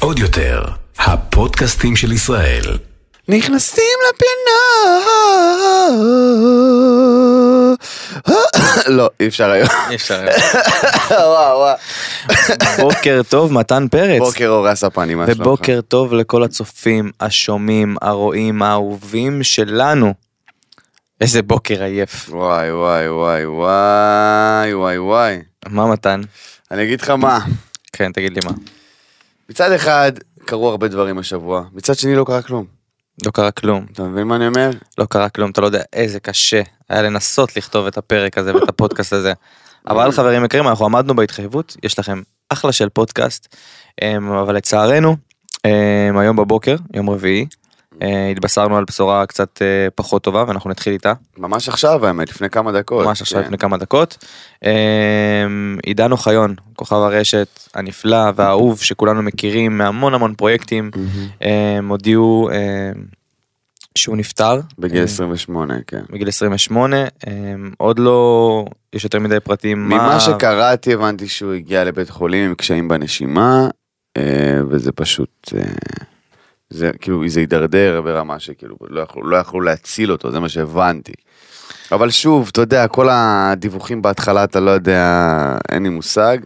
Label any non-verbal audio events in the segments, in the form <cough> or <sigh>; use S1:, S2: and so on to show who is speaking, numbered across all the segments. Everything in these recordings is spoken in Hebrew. S1: עוד יותר, הפודקאסטים של ישראל.
S2: נכנסים לפינה. לא, אי אפשר
S3: <laughs>
S2: היום.
S3: אי אפשר.
S2: וואו וואו.
S3: בוקר טוב, מתן פרץ.
S2: בוקר אור הספני, מה שלומך?
S3: ובוקר טוב לכל הצופים, השומעים, הרואים, האהובים שלנו. איזה בוקר עייף.
S2: וואי וואי וואי וואי וואי וואי.
S3: מה מתן?
S2: אני אגיד לך מה,
S3: כן, תגיד לי מה.
S2: מצד אחד קרו הרבה דברים השבוע, מצד שני לא קרה כלום.
S3: לא קרה כלום,
S2: אתה מבין מה אני אומר?
S3: לא קרה כלום, אתה לא יודע איזה קשה היה לנסות לכתוב את הפרק הזה ואת הפודקאסט הזה. אבל חברים יקרים, אנחנו עמדנו בהתחייבות, יש לכם אחלה של פודקאסט, אמ, אבל לצערנו, אמ, היום בבוקר, יום רביעי, אה, התבשרנו על בשורה קצת אה, פחות טובה, ואנחנו נתחיל איתה.
S2: ממש עכשיו האמת, לפני כמה דקות.
S3: ממש עכשיו
S2: כן.
S3: לפני כמה דקות. אמ, עידן אוחיון, כוכב הרשת הנפלא והאהוב שכולנו מכירים מהמון המון פרויקטים,
S2: מהמם.
S3: אמ, הודיעו אמ, שהוא נפטר.
S2: בגיל
S3: אמ,
S2: 28, כן.
S3: בגיל 28, אמ, עוד לא, יש יותר מדי פרטים.
S2: ממה שקראתי הבנתי שהוא הגיע לבית חולים עם קשיים בנשימה, אה, וזה פשוט, אה, זה כאילו, זה הידרדר ברמה שכאילו לא יכלו, לא יכלו להציל אותו, זה מה שהבנתי. אבל שוב, אתה יודע, כל הדיווחים בהתחלה, אתה לא יודע, אין לי מושג,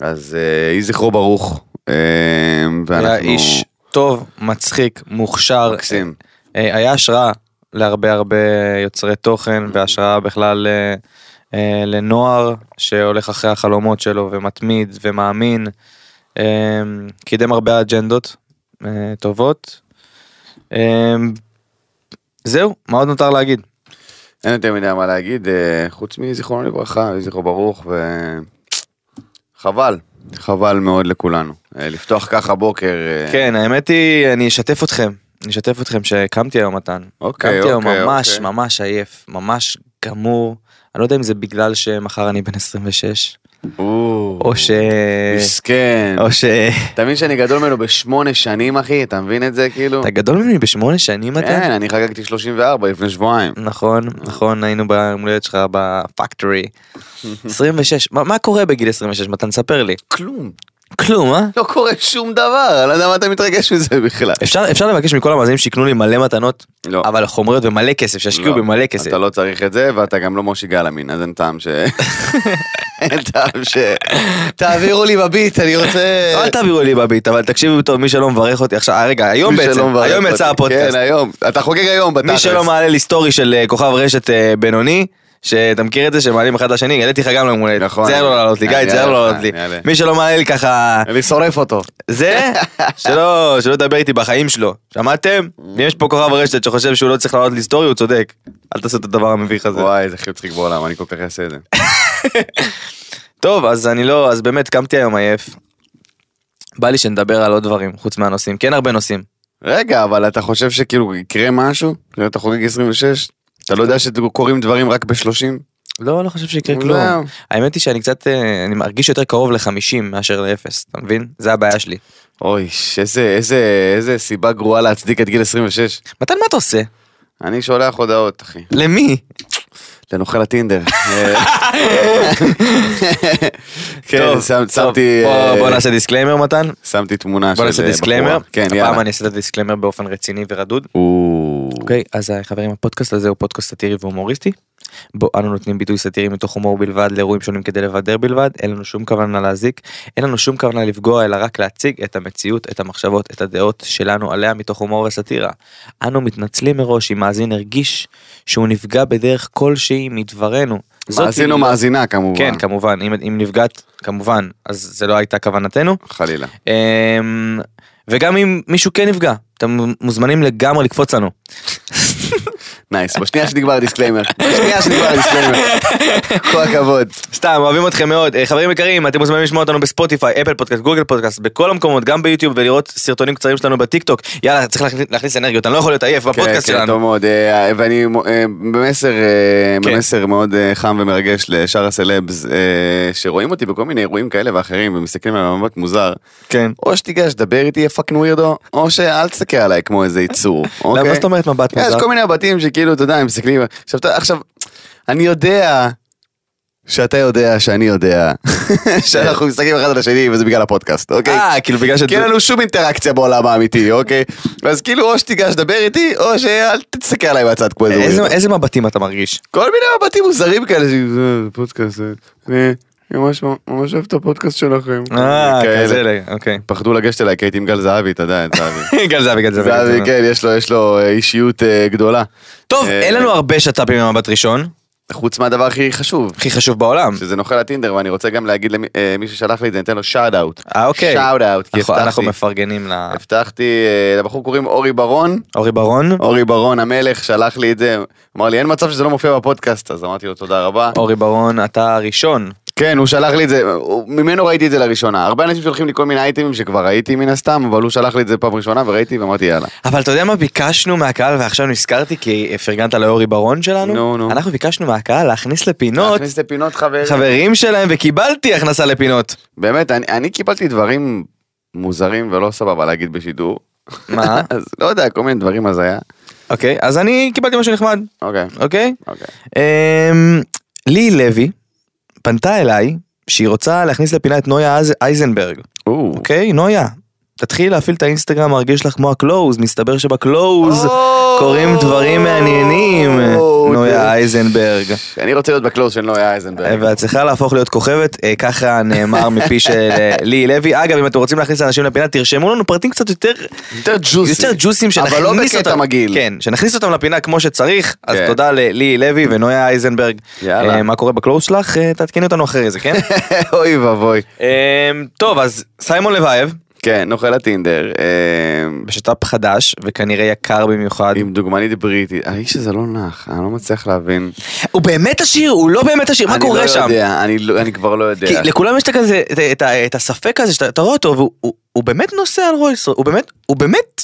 S2: אז אה, יהי זכרו ברוך. אה, ואנחנו...
S3: היה איש טוב, מצחיק, מוכשר.
S2: מקסים.
S3: אה, היה השראה להרבה הרבה יוצרי תוכן והשראה בכלל אה, אה, לנוער שהולך אחרי החלומות שלו ומתמיד ומאמין. אה, קידם הרבה אג'נדות אה, טובות. אה, זהו, מה עוד נותר להגיד?
S2: אין יותר מדי מה להגיד, אה, חוץ מזיכרונו לברכה, יהי זכרו ברוך, וחבל, חבל מאוד לכולנו. אה, לפתוח ככה בוקר, אה,
S3: כן, האמת היא, אני אשתף אתכם. אני אשתף אתכם שקמתי היום מתן.
S2: אוקיי,
S3: קמתי היום
S2: אוקיי,
S3: ממש
S2: אוקיי.
S3: ממש עייף, ממש גמור. אני לא יודע אם זה בגלל שמחר אני בן 26, או ש...
S2: מסכן.
S3: או ש...
S2: אתה מבין שאני גדול ממנו בשמונה שנים, אחי? אתה מבין את זה, כאילו?
S3: אתה גדול ממני בשמונה שנים
S2: כן,
S3: אתה?
S2: אני חגגתי 34 לפני שבועיים.
S3: נכון, נכון, היינו ביום הולדת שלך בפקטורי. 26, מה- מה קורה בגיל 26? מתן, ספר לי.
S2: כלום.
S3: כלום, אה?
S2: לא קורה שום דבר, אני לא יודע מה אתה מתרגש מזה בכלל.
S3: אפשר אפשר לבקש מכל המאזינים שיקנו לי מלא מתנות,
S2: לא.
S3: אבל חומריות ומלא כסף, שישקיעו
S2: לא,
S3: במלא כסף.
S2: אתה לא צריך את זה, ואתה גם לא מושי גלאמין, אז אין טעם ש... <laughs> אין טעם ש... תעבירו לי בביט, אני רוצה...
S3: אל תעבירו לי בביט, אבל תקשיבו טוב, מי שלא מברך אותי עכשיו, אה, רגע, היום
S2: מי שלא
S3: בעצם,
S2: מברך
S3: היום
S2: אותי.
S3: יצא הפודקאסט.
S2: כן, היום. אתה חוגג היום בתכלס.
S3: מי שלא מעלה לי סטורי של אה, כוכב רשת אה, בינוני, שאתה מכיר את זה, שמעלים אחד לשני, העליתי לך גם ליום הולדת.
S2: נכון.
S3: תיזהר לא לעלות לי, גיא,
S2: אני
S3: תיזהר
S2: אעלה לך,
S3: לא לעלות לי.
S2: אני אעלה.
S3: מי שלא מעלה לי ככה,
S2: אני שורף אותו.
S3: זה, שלא, שלא ידבר איתי בחיים שלו. שמעתם?
S2: Mm.
S3: אם יש פה כוכב רשת שחושב שהוא לא צריך לעלות לי סטורי, הוא צודק. אל תעשו את הדבר המביך הזה.
S2: וואי, זה הכי מצחיק בעולם, אני כל כך אעשה את <laughs> זה.
S3: טוב, אז אני לא, אז באמת קמתי היום עייף. בא לי שנדבר על עוד דברים, חוץ מהנושאים. כן הרבה נושאים.
S2: רגע, אבל אתה חושב שכאילו יקרה משהו? כאילו, אתה חוגג 26? אתה לא יודע שקורים דברים רק ב-30?
S3: לא, לא חושב שיקרה
S2: לא.
S3: כלום. האמת היא שאני קצת, אה, אני מרגיש יותר קרוב ל-50 מאשר ל-0, אתה מבין? זה הבעיה שלי.
S2: אוי, ש- איזה, איזה, איזה סיבה גרועה להצדיק את גיל 26.
S3: מתן, מה אתה עושה?
S2: אני שולח הודעות, אחי.
S3: למי?
S2: לנוכל <laughs>
S3: <laughs>
S2: הטינדר. כן,
S3: טוב,
S2: שם-
S3: טוב,
S2: שמתי...
S3: בוא-
S2: אה,
S3: בוא נעשה דיסקליימר, מתן.
S2: שמתי תמונה של...
S3: בוא נעשה
S2: אה,
S3: דיסקליימר.
S2: בחורה. כן, יאללה.
S3: הפעם אני אעשה את הדיסקליימר באופן רציני ורדוד.
S2: או,
S3: אוקיי, אז אה, חברים, הפודקאסט הזה הוא פודקאסט סאטירי והומוריסטי. בו אנו נותנים ביטוי סאטירי מתוך הומור בלבד לאירועים שונים כדי לבדר בלבד, אין לנו שום כוונה להזיק, אין לנו שום כוונה לפגוע, אלא רק להציג את המציאות, את המחשבות, את הדעות שלנו עליה מתוך הומור וסאטירה. אנו מתנצלים מראש אם מאזין הרגיש שהוא נפגע בדרך כלשהי מדברנו. זאת
S2: מאזין או
S3: היא-
S2: מאזינה כמובן.
S3: כן, כמובן, אם, אם נפגעת, כמובן, אז זה לא הייתה כוונתנו.
S2: חלילה.
S3: אמ, וגם אם מישהו כן נפגע, אתם מוזמנים לגמרי לקפוץ לנו.
S2: נייס, בשנייה שנגמר הדיסקליימר.
S3: <laughs>
S2: בשנייה שנגמר הדיסקליימר. כל הכבוד.
S3: סתם, אוהבים אתכם מאוד. אה, חברים יקרים, אתם מוזמנים לשמוע אותנו בספוטיפיי, אפל פודקאסט, גוגל פודקאסט, בכל המקומות, גם ביוטיוב, ולראות סרטונים קצרים שלנו בטיק טוק. יאללה, צריך להכניס, להכניס אנרגיות, אני לא יכול להיות עייף בפודקאסט
S2: כן, כן,
S3: שלנו.
S2: טוב מאוד, אה, ואני אה, במסר, אה,
S3: כן.
S2: במסר מאוד אה, חם ומרגש לשאר הסלבס, אה, שרואים אותי בכל מיני אירועים כאלה ואחרים ומסתכלים עליי במבט מוזר,
S3: כן.
S2: או שתיגש, דבר איתי, יא פאקינג ווירדו, או שאל תסתכל עליי כמו איזה יצור, אוקיי?
S3: למה מה זאת אומרת מבט
S2: יש
S3: מוזר?
S2: כל מיני הבתים שכאילו, אתה יודע, הם מסתכלים, עכשיו, אתה- עכשיו, אני יודע שאתה יודע, שאני
S3: <laughs>
S2: יודע, שאנחנו מסתכלים אחד על השני וזה בגלל הפודקאסט, אוקיי?
S3: כן. אה, כאילו בגלל שאת...
S2: כי אין לנו שום אינטראקציה בעולם האמיתי, אוקיי? אז כאילו או שתיגש לדבר איתי, או שאל תסתכל עליי מהצד כמו איזה...
S3: איזה-
S2: weirdo.
S3: איזה מבטים אתה מרגיש?
S2: כל מיני מבטים מוזרים כאלה, שזה פודקאסט, זה- אני אני ממש ממש אוהב את הפודקאסט שלכם.
S3: אה,
S2: כאלה.
S3: כזה, אוקיי. <laughs>
S2: פחדו לגשת אליי, כי הייתי עם גל זהבי, אתה יודע, את זהבי.
S3: גל זהבי, גל זהבי. גל
S2: זהבי,
S3: זהבי.
S2: כן, יש לו- יש לו אה, אישיות אה, גדולה.
S3: טוב,
S2: אה,
S3: אין לנו הרבה שת"פים במבט ראשון,
S2: חוץ מהדבר הכי חשוב,
S3: הכי חשוב בעולם.
S2: שזה נוכל הטינדר, ואני רוצה גם להגיד למי אה, מי ששלח לי את זה, ניתן לו שאט אאוט.
S3: אה, אוקיי.
S2: שאט אאוט, כי
S3: אנחנו- אנחנו
S2: הבטחתי.
S3: מפרגנים ל-
S2: הבטחתי, אה, לבחור קוראים אורי ברון,
S3: אורי ברון.
S2: אורי ברון המלך שלח לי את זה, אמר לי אין מצב שזה לא מופיע בפודקאסט, אז אמרתי לו תודה רבה.
S3: אורי ברון, אתה הראשון.
S2: כן, הוא שלח לי את זה, הוא- ממנו ראיתי את זה לראשונה. הרבה אנשים שולחים לי כל מיני אייטמים שכבר ראיתי מן הסתם, אבל הוא שלח לי את זה פעם ראשונה וראיתי ואמרתי יאללה.
S3: אבל אתה יודע מה ביקשנו מהקהל ועכשיו נזכרתי כי פרגנת לאורי ברון שלנו?
S2: נו, נו.
S3: אנחנו ביקשנו מהקהל להכניס לפינות
S2: להכניס לפינות חברים.
S3: חברים שלהם וקיבלתי הכנסה לפינות.
S2: באמת, אני, אני קיבלתי דברים מוזרים ולא סבבה להגיד בשידור.
S3: מה?
S2: <laughs> אז לא יודע, כל מיני דברים הזיה.
S3: אוקיי, אז אני קיבלתי משהו נחמד,
S2: אוקיי,
S3: אוקיי?
S2: אוקיי.
S3: אמ, לי לוי פנתה אליי שהיא רוצה להכניס לפינה את נויה אייז- אייזנברג.
S2: או.
S3: אוקיי, נויה, תתחילי להפעיל את האינסטגרם מרגיש לך כמו הקלוז, מסתבר שבקלוז קורים דברים מעניינים,
S2: או,
S3: נויה
S2: זה-
S3: אייזנברג.
S2: אני רוצה להיות בקלוז של נויה אייזנברג.
S3: ואת צריכה להפוך להיות כוכבת, אה, ככה
S2: <laughs>
S3: נאמר מפי של אה, ליהי לוי. אגב, אם אתם רוצים להכניס אנשים לפינה, תרשמו לנו פרטים קצת יותר
S2: יותר ג'וסי.
S3: יותר ג'וסים, שנכניס
S2: אבל
S3: אותם.
S2: לא בקטע מגעיל.
S3: כן, שנכניס אותם לפינה כמו שצריך. אז
S2: כן.
S3: תודה לליהי לוי ונויה אייזנברג.
S2: יאללה.
S3: אה, מה קורה בקלוס שלך? אה, תעדכני אותנו אחרי
S2: <laughs>
S3: זה, כן?
S2: <laughs> אוי ואבוי.
S3: אה, טוב, אז סיימון לבייב,
S2: כן, נוכל הטינדר. אה,
S3: בשת"פ חדש, וכנראה יקר במיוחד.
S2: עם דוגמנית בריטית. האיש הזה לא נח, אני לא מצליח להבין.
S3: הוא באמת עשיר? הוא לא באמת עשיר? מה
S2: אני
S3: קורה
S2: לא
S3: שם?
S2: יודע, אני לא- אני כבר לא יודע.
S3: כי לכולם יש את הכזה, את, את, ה- את הספק הזה שאתה אתה רואה אותו והוא הוא, הוא באמת נוסע על רויס, הוא באמת, הוא באמת,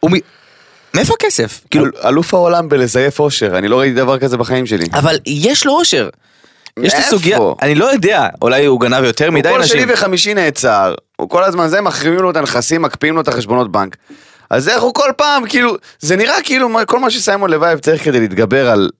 S3: הוא מ... מאיפה הכסף? כאילו,
S2: אל- אלוף העולם בלזייף אושר, אני לא ראיתי דבר כזה בחיים שלי.
S3: אבל יש לו אושר. יש
S2: מאיפה?
S3: את הסוגיה, אני לא יודע, אולי הוא גנב יותר
S2: הוא
S3: מדי
S2: כל
S3: אנשים.
S2: שני וחמישי נעצר, הוא כל הזמן זה, מחרימים לו את הנכסים, מקפיאים לו את החשבונות בנק. אז איך הוא כל פעם, כאילו, זה נראה כאילו מה- כל מה שסיימון לבייב צריך כדי להתגבר על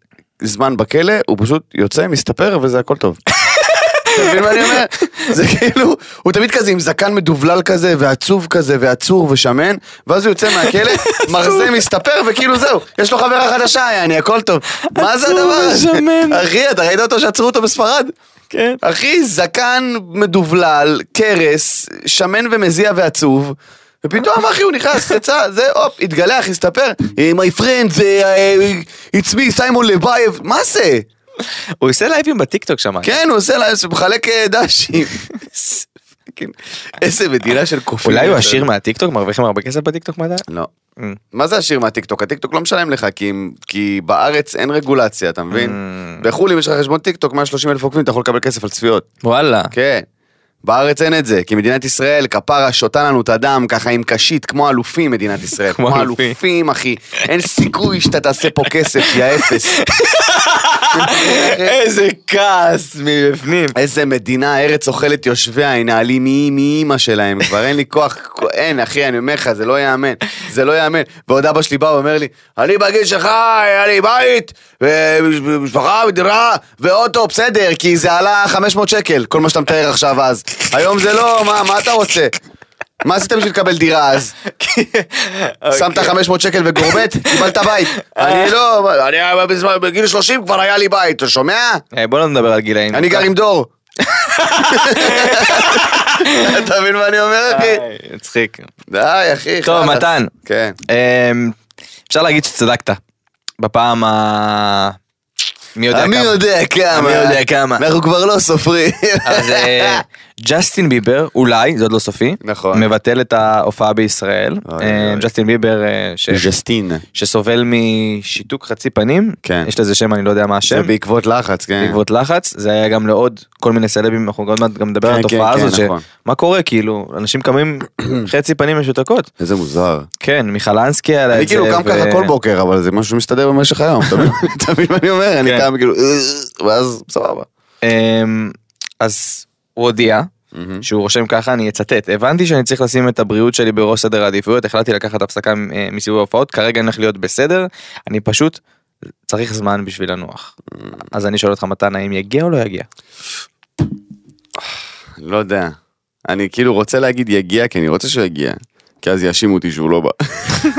S2: זמן בכלא, הוא פשוט יוצא, מסתפר וזה הכל
S3: <laughs>
S2: טוב. אתה מבין מה אני אומר? זה כאילו, הוא תמיד כזה עם זקן מדובלל כזה, ועצוב כזה, ועצור ושמן, ואז הוא יוצא
S3: <laughs>
S2: מהכלא, מרזה מסתפר, וכאילו זהו, יש לו חברה חדשה, יעני, הכל טוב. מה זה
S3: עצוב
S2: הדבר הזה?
S3: ושמן.
S2: אחי, אתה ראית אותו שעצרו אותו בספרד?
S3: כן.
S2: אחי, זקן מדובלל, קרס, שמן ומזיע ועצוב. ופתאום אחי הוא נכנס, יצא, זה, הופ, התגלח, הסתפר. "Eh, My friend, eh, it's me, סיימון לבייב, מה זה?
S3: הוא עושה לייבים בטיקטוק שם.
S2: כן, הוא עושה להם, הוא מחלק אה, דשים. פאקינג, איזה מדינה של קופים.
S3: אולי הוא עשיר Mm. מהטיקטוק, מרוויח הרבה כסף בטיקטוק, מה אתה?
S2: לא. מה זה עשיר מהטיקטוק? הטיקטוק לא משלם לך, כי אם- כי בארץ אין רגולציה, אתה מבין?
S3: Mm.
S2: בחו"ל אם יש לך חשבון טיקטוק, 130 אלף עוקבים, אתה יכול לקבל כסף על צפיות.
S3: וואלה.
S2: כן. בארץ אין את זה, כי מדינת ישראל, כפרה, שותה לנו את הדם ככה עם קשית, כמו אלופים מדינת ישראל.
S3: <laughs> כמו
S2: כמו
S3: אלופים.
S2: אלופים, אחי. אין סיכוי שאתה תעשה פה כסף, יא
S3: <laughs>
S2: אפס.
S3: כן. איזה כעס <laughs> מבפנים.
S2: איזה מדינה, ארץ אוכלת יושביה, היא נעלים מי- מאימא שלהם, כבר אין לי כוח, אין אחי, אני אומר לך, זה לא יאמן, זה לא יאמן. ועוד אבא שלי בא ואומר לי, אני בגיל שלך, היה לי בית, ומשפחה, ודירה, ואוטו, בסדר, כי זה עלה 500 שקל, כל מה שאתה מתאר עכשיו אז. היום זה לא, מה, מה אתה רוצה? מה עשיתם בשביל לקבל דירה אז? שמת 500 שקל וגורבט, קיבלת בית. אני לא, אני היה בזמן- בגיל 30 כבר היה לי בית, אתה שומע?
S3: בוא לא נדבר על גילאים.
S2: אני גר עם דור.
S3: <laughs>
S2: אתה מבין מה אני אומר, אחי?
S3: איי, אה,
S2: אה,
S3: מצחיק.
S2: די, אחי.
S3: טוב,
S2: חלאס.
S3: מתן.
S2: כן.
S3: אמ, אפשר להגיד שצדקת. בפעם ה... מי יודע
S2: מי
S3: כמה.
S2: יודע כמה.
S3: מי יודע כמה.
S2: אנחנו כבר לא
S3: <laughs>
S2: סופרים.
S3: אז אה, ג'סטין ביבר, אולי, זה עוד לא סופי,
S2: נכון.
S3: מבטל את ההופעה בישראל.
S2: אוי,
S3: אה,
S2: אוי.
S3: ג'סטין ביבר אה, ש-
S2: ז'סטין.
S3: שסובל משיתוק חצי פנים,
S2: כן.
S3: יש לזה שם, אני לא יודע מה
S2: זה
S3: השם,
S2: בעקבות לחץ, כן.
S3: בעקבות לחץ, זה היה גם לעוד כל מיני סלבים, אנחנו עוד מעט גם נדבר
S2: כן,
S3: על התופעה
S2: כן, כן,
S3: הזאת,
S2: נכון.
S3: שמה קורה, כאילו, אנשים
S2: <clears throat>
S3: קמים חצי פנים משותקות.
S2: איזה מוזר.
S3: כן, מיכלנסקי היה לה את
S2: אני
S3: זה.
S2: כאילו קם
S3: ו-
S2: ככה כל בוקר, אבל זה משהו שמסתדר במשך היום. אתה מבין- <laughs> אתה מבין מה אני אומר? אני
S3: כן.
S2: קם כאילו... "אה", ואז סבבה.
S3: אמ, אז הוא הודיע Mm-hmm. שהוא רושם ככה אני אצטט הבנתי שאני צריך לשים את הבריאות שלי בראש סדר העדיפויות החלטתי לקחת הפסקה אה, מסיבוב ההופעות כרגע אני הולך להיות בסדר אני פשוט צריך זמן בשביל לנוח. אז אני שואל אותך מתן האם יגיע או לא יגיע?
S2: לא יודע. אני כאילו רוצה להגיד יגיע, כי אני רוצה שהוא יגיע. כי אז יאשימו אותי שהוא לא בא.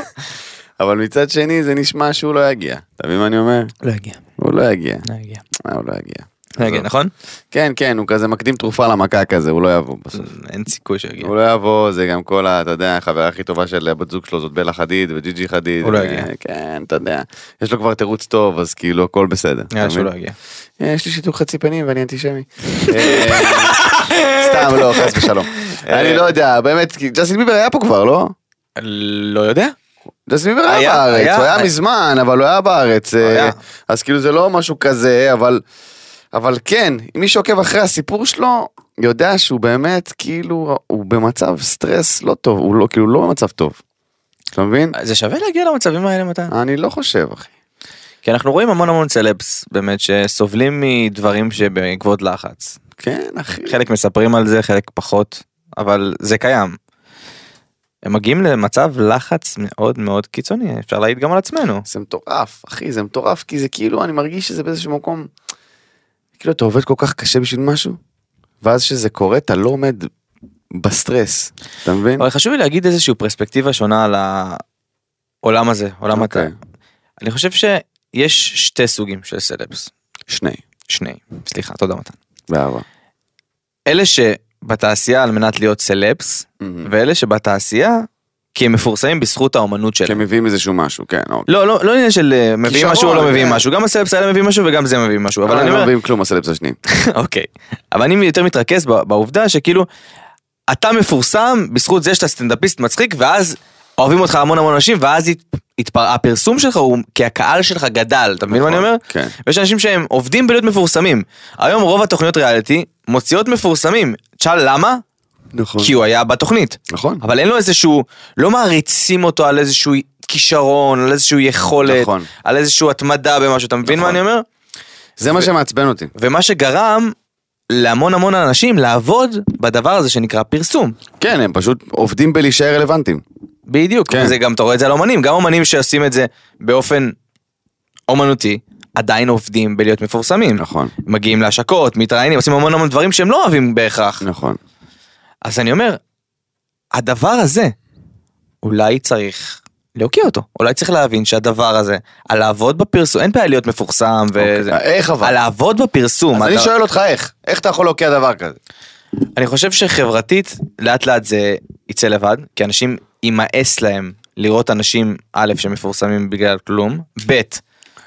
S2: <laughs> אבל מצד שני זה נשמע שהוא לא יגיע. אתה מבין מה אני אומר?
S3: לא יגיע.
S2: הוא לא יגיע.
S3: לא יגיע.
S2: אה, הוא לא יגיע.
S3: לא יגיע, נכון?
S2: כן, כן, הוא כזה מקדים תרופה למכה כזה, הוא לא יבוא בסוף.
S3: אין סיכוי שיגיע.
S2: הוא לא יבוא, זה גם כל ה... אתה יודע, החברה הכי טובה של הבת זוג שלו זאת בלה חדיד וג'י ג'י חדיד.
S3: הוא לא יגיע.
S2: אה, כן, אתה יודע. יש לו כבר תירוץ טוב, אז כאילו הכל בסדר.
S3: נראה
S2: אתה
S3: שהוא
S2: מבין?
S3: לא יגיע.
S2: אה, יש לי שיתוק חצי פנים ואני אנטישמי. אה, סתם לא, חס ושלום. אני לא יודע, באמת, כי ג'סטין ביבר היה פה כבר, לא?
S3: לא יודע.
S2: ג'סטין ביבר היה
S3: היה,
S2: בארץ,
S3: היה,
S2: הוא היה
S3: היה.
S2: מזמן, אבל הוא היה בארץ. אה,
S3: היה.
S2: אז כאילו זה לא משהו כזה, אבל... אבל כן, מי שעוקב אחרי הסיפור שלו, יודע שהוא באמת, כאילו, הוא במצב סטרס לא טוב, הוא לא, כאילו, לא במצב טוב. אתה מבין?
S3: זה שווה להגיע למצבים האלה מתן.
S2: אני לא חושב, אחי.
S3: כי אנחנו רואים המון המון סלבס באמת שסובלים מדברים שבעקבות לחץ.
S2: כן, אחי.
S3: חלק מספרים על זה חלק פחות אבל זה קיים. הם מגיעים למצב לחץ מאוד מאוד קיצוני אפשר להעיד גם על עצמנו.
S2: זה מטורף, אחי, זה מטורף, כי זה כאילו, אני מרגיש שזה באיזשהו מקום, כאילו, אתה עובד כל כך קשה בשביל משהו, ואז כשזה קורה, אתה לא עומד בסטרס, אתה מבין?
S3: אבל חשוב לי להגיד איזושהי פרספקטיבה שונה על העולם הזה עולם הת...
S2: אוקיי.
S3: אני חושב שיש שתי סוגים של סלבס
S2: שני,
S3: שני סליחה תודה מתן.
S2: באהבה.
S3: אלה שבתעשייה על מנת להיות סלבס
S2: Mm.
S3: ואלה שבתעשייה כי הם מפורסמים בזכות האומנות שלהם.
S2: כי הם מביאים איזשהו משהו, כן, אוקיי.
S3: לא, לא, לא עניין של אה, מביאים
S2: כישרון,
S3: משהו או לא מביאים
S2: כן.
S3: משהו, גם הסלבס האלה מביאים משהו וגם זה מביא משהו, אבל
S2: אבל
S3: אני
S2: הם לא
S3: אומר,
S2: מביאים כלום, הסלבס השניים.
S3: אוקיי, אבל אני יותר מתרכז ב- בעובדה שכאילו, אתה מפורסם בזכות זה שאתה סטנדאפיסט מצחיק, ואז אוהבים אותך המון המון אנשים, ואז הת- התפר... הפרסום שלך הוא, כי הקהל שלך גדל, אתה מבין מה אני אומר?
S2: כן.
S3: ויש אנשים שהם עובדים בלהיות מפורסמים. היום רוב התוכניות ריאליטי מוציאות מפורסמים, תשאל למה?
S2: נכון.
S3: כי הוא היה בתוכנית.
S2: נכון.
S3: אבל אין לו איזשהו, לא מעריצים אותו על איזשהו כישרון, על איזשהו יכולת,
S2: נכון.
S3: על איזשהו התמדה במשהו, אתה מבין
S2: נכון.
S3: מה אני אומר?
S2: זה מה שמעצבן אותי.
S3: ומה שגרם להמון המון אנשים לעבוד בדבר הזה שנקרא פרסום.
S2: כן, הם פשוט עובדים בלהישאר רלוונטיים.
S3: בדיוק.
S2: כן.
S3: כן. וזה גם, אתה רואה את זה על אומנים, גם אומנים שעושים את זה באופן אומנותי, עדיין עובדים בלהיות מפורסמים.
S2: נכון.
S3: מגיעים להשקות, מתראיינים, עושים המון המון דברים שהם לא אוהבים בהכרח.
S2: נכון.
S3: אז אני אומר, הדבר הזה, אולי צריך להוקיע אותו. אולי צריך להבין שהדבר הזה, על לעבוד בפרסום, אין בעיה להיות מפורסם ו...
S2: אוקיי. איך אבל?
S3: על לעבוד בפרסום.
S2: אז אני
S3: אתה-
S2: שואל אותך איך, איך אתה יכול להוקיע דבר כזה?
S3: אני חושב שחברתית, לאט לאט זה יצא לבד, כי אנשים יימאס להם לראות אנשים, א', שמפורסמים בגלל כלום, ב',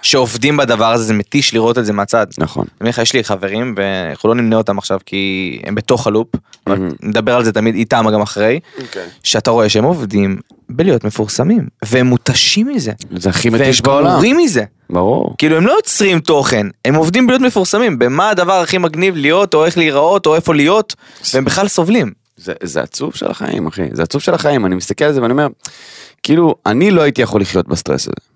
S3: שעובדים בדבר הזה, זה מתיש לראות את זה מהצד.
S2: נכון.
S3: אני אומר לך, יש לי חברים, ואנחנו לא נמנה אותם עכשיו כי הם בתוך הלופ, אבל
S2: Mhm.
S3: נדבר על זה תמיד איתם גם אחרי,
S2: אוקיי.
S3: שאתה רואה שהם עובדים בלהיות מפורסמים, והם מותשים מזה,
S2: זה הכי
S3: והם
S2: מתיש בעולם.
S3: גמורים מזה,
S2: ברור.
S3: כאילו הם לא יוצרים תוכן, הם עובדים בלהיות מפורסמים, במה הדבר הכי מגניב להיות, או איך להיראות, או איפה להיות, והם בכלל סובלים.
S2: זה, זה עצוב של החיים, אחי. זה עצוב של החיים. אני מסתכל על זה ואני אומר, כאילו, אני לא הייתי יכול לחיות בסטרס הזה.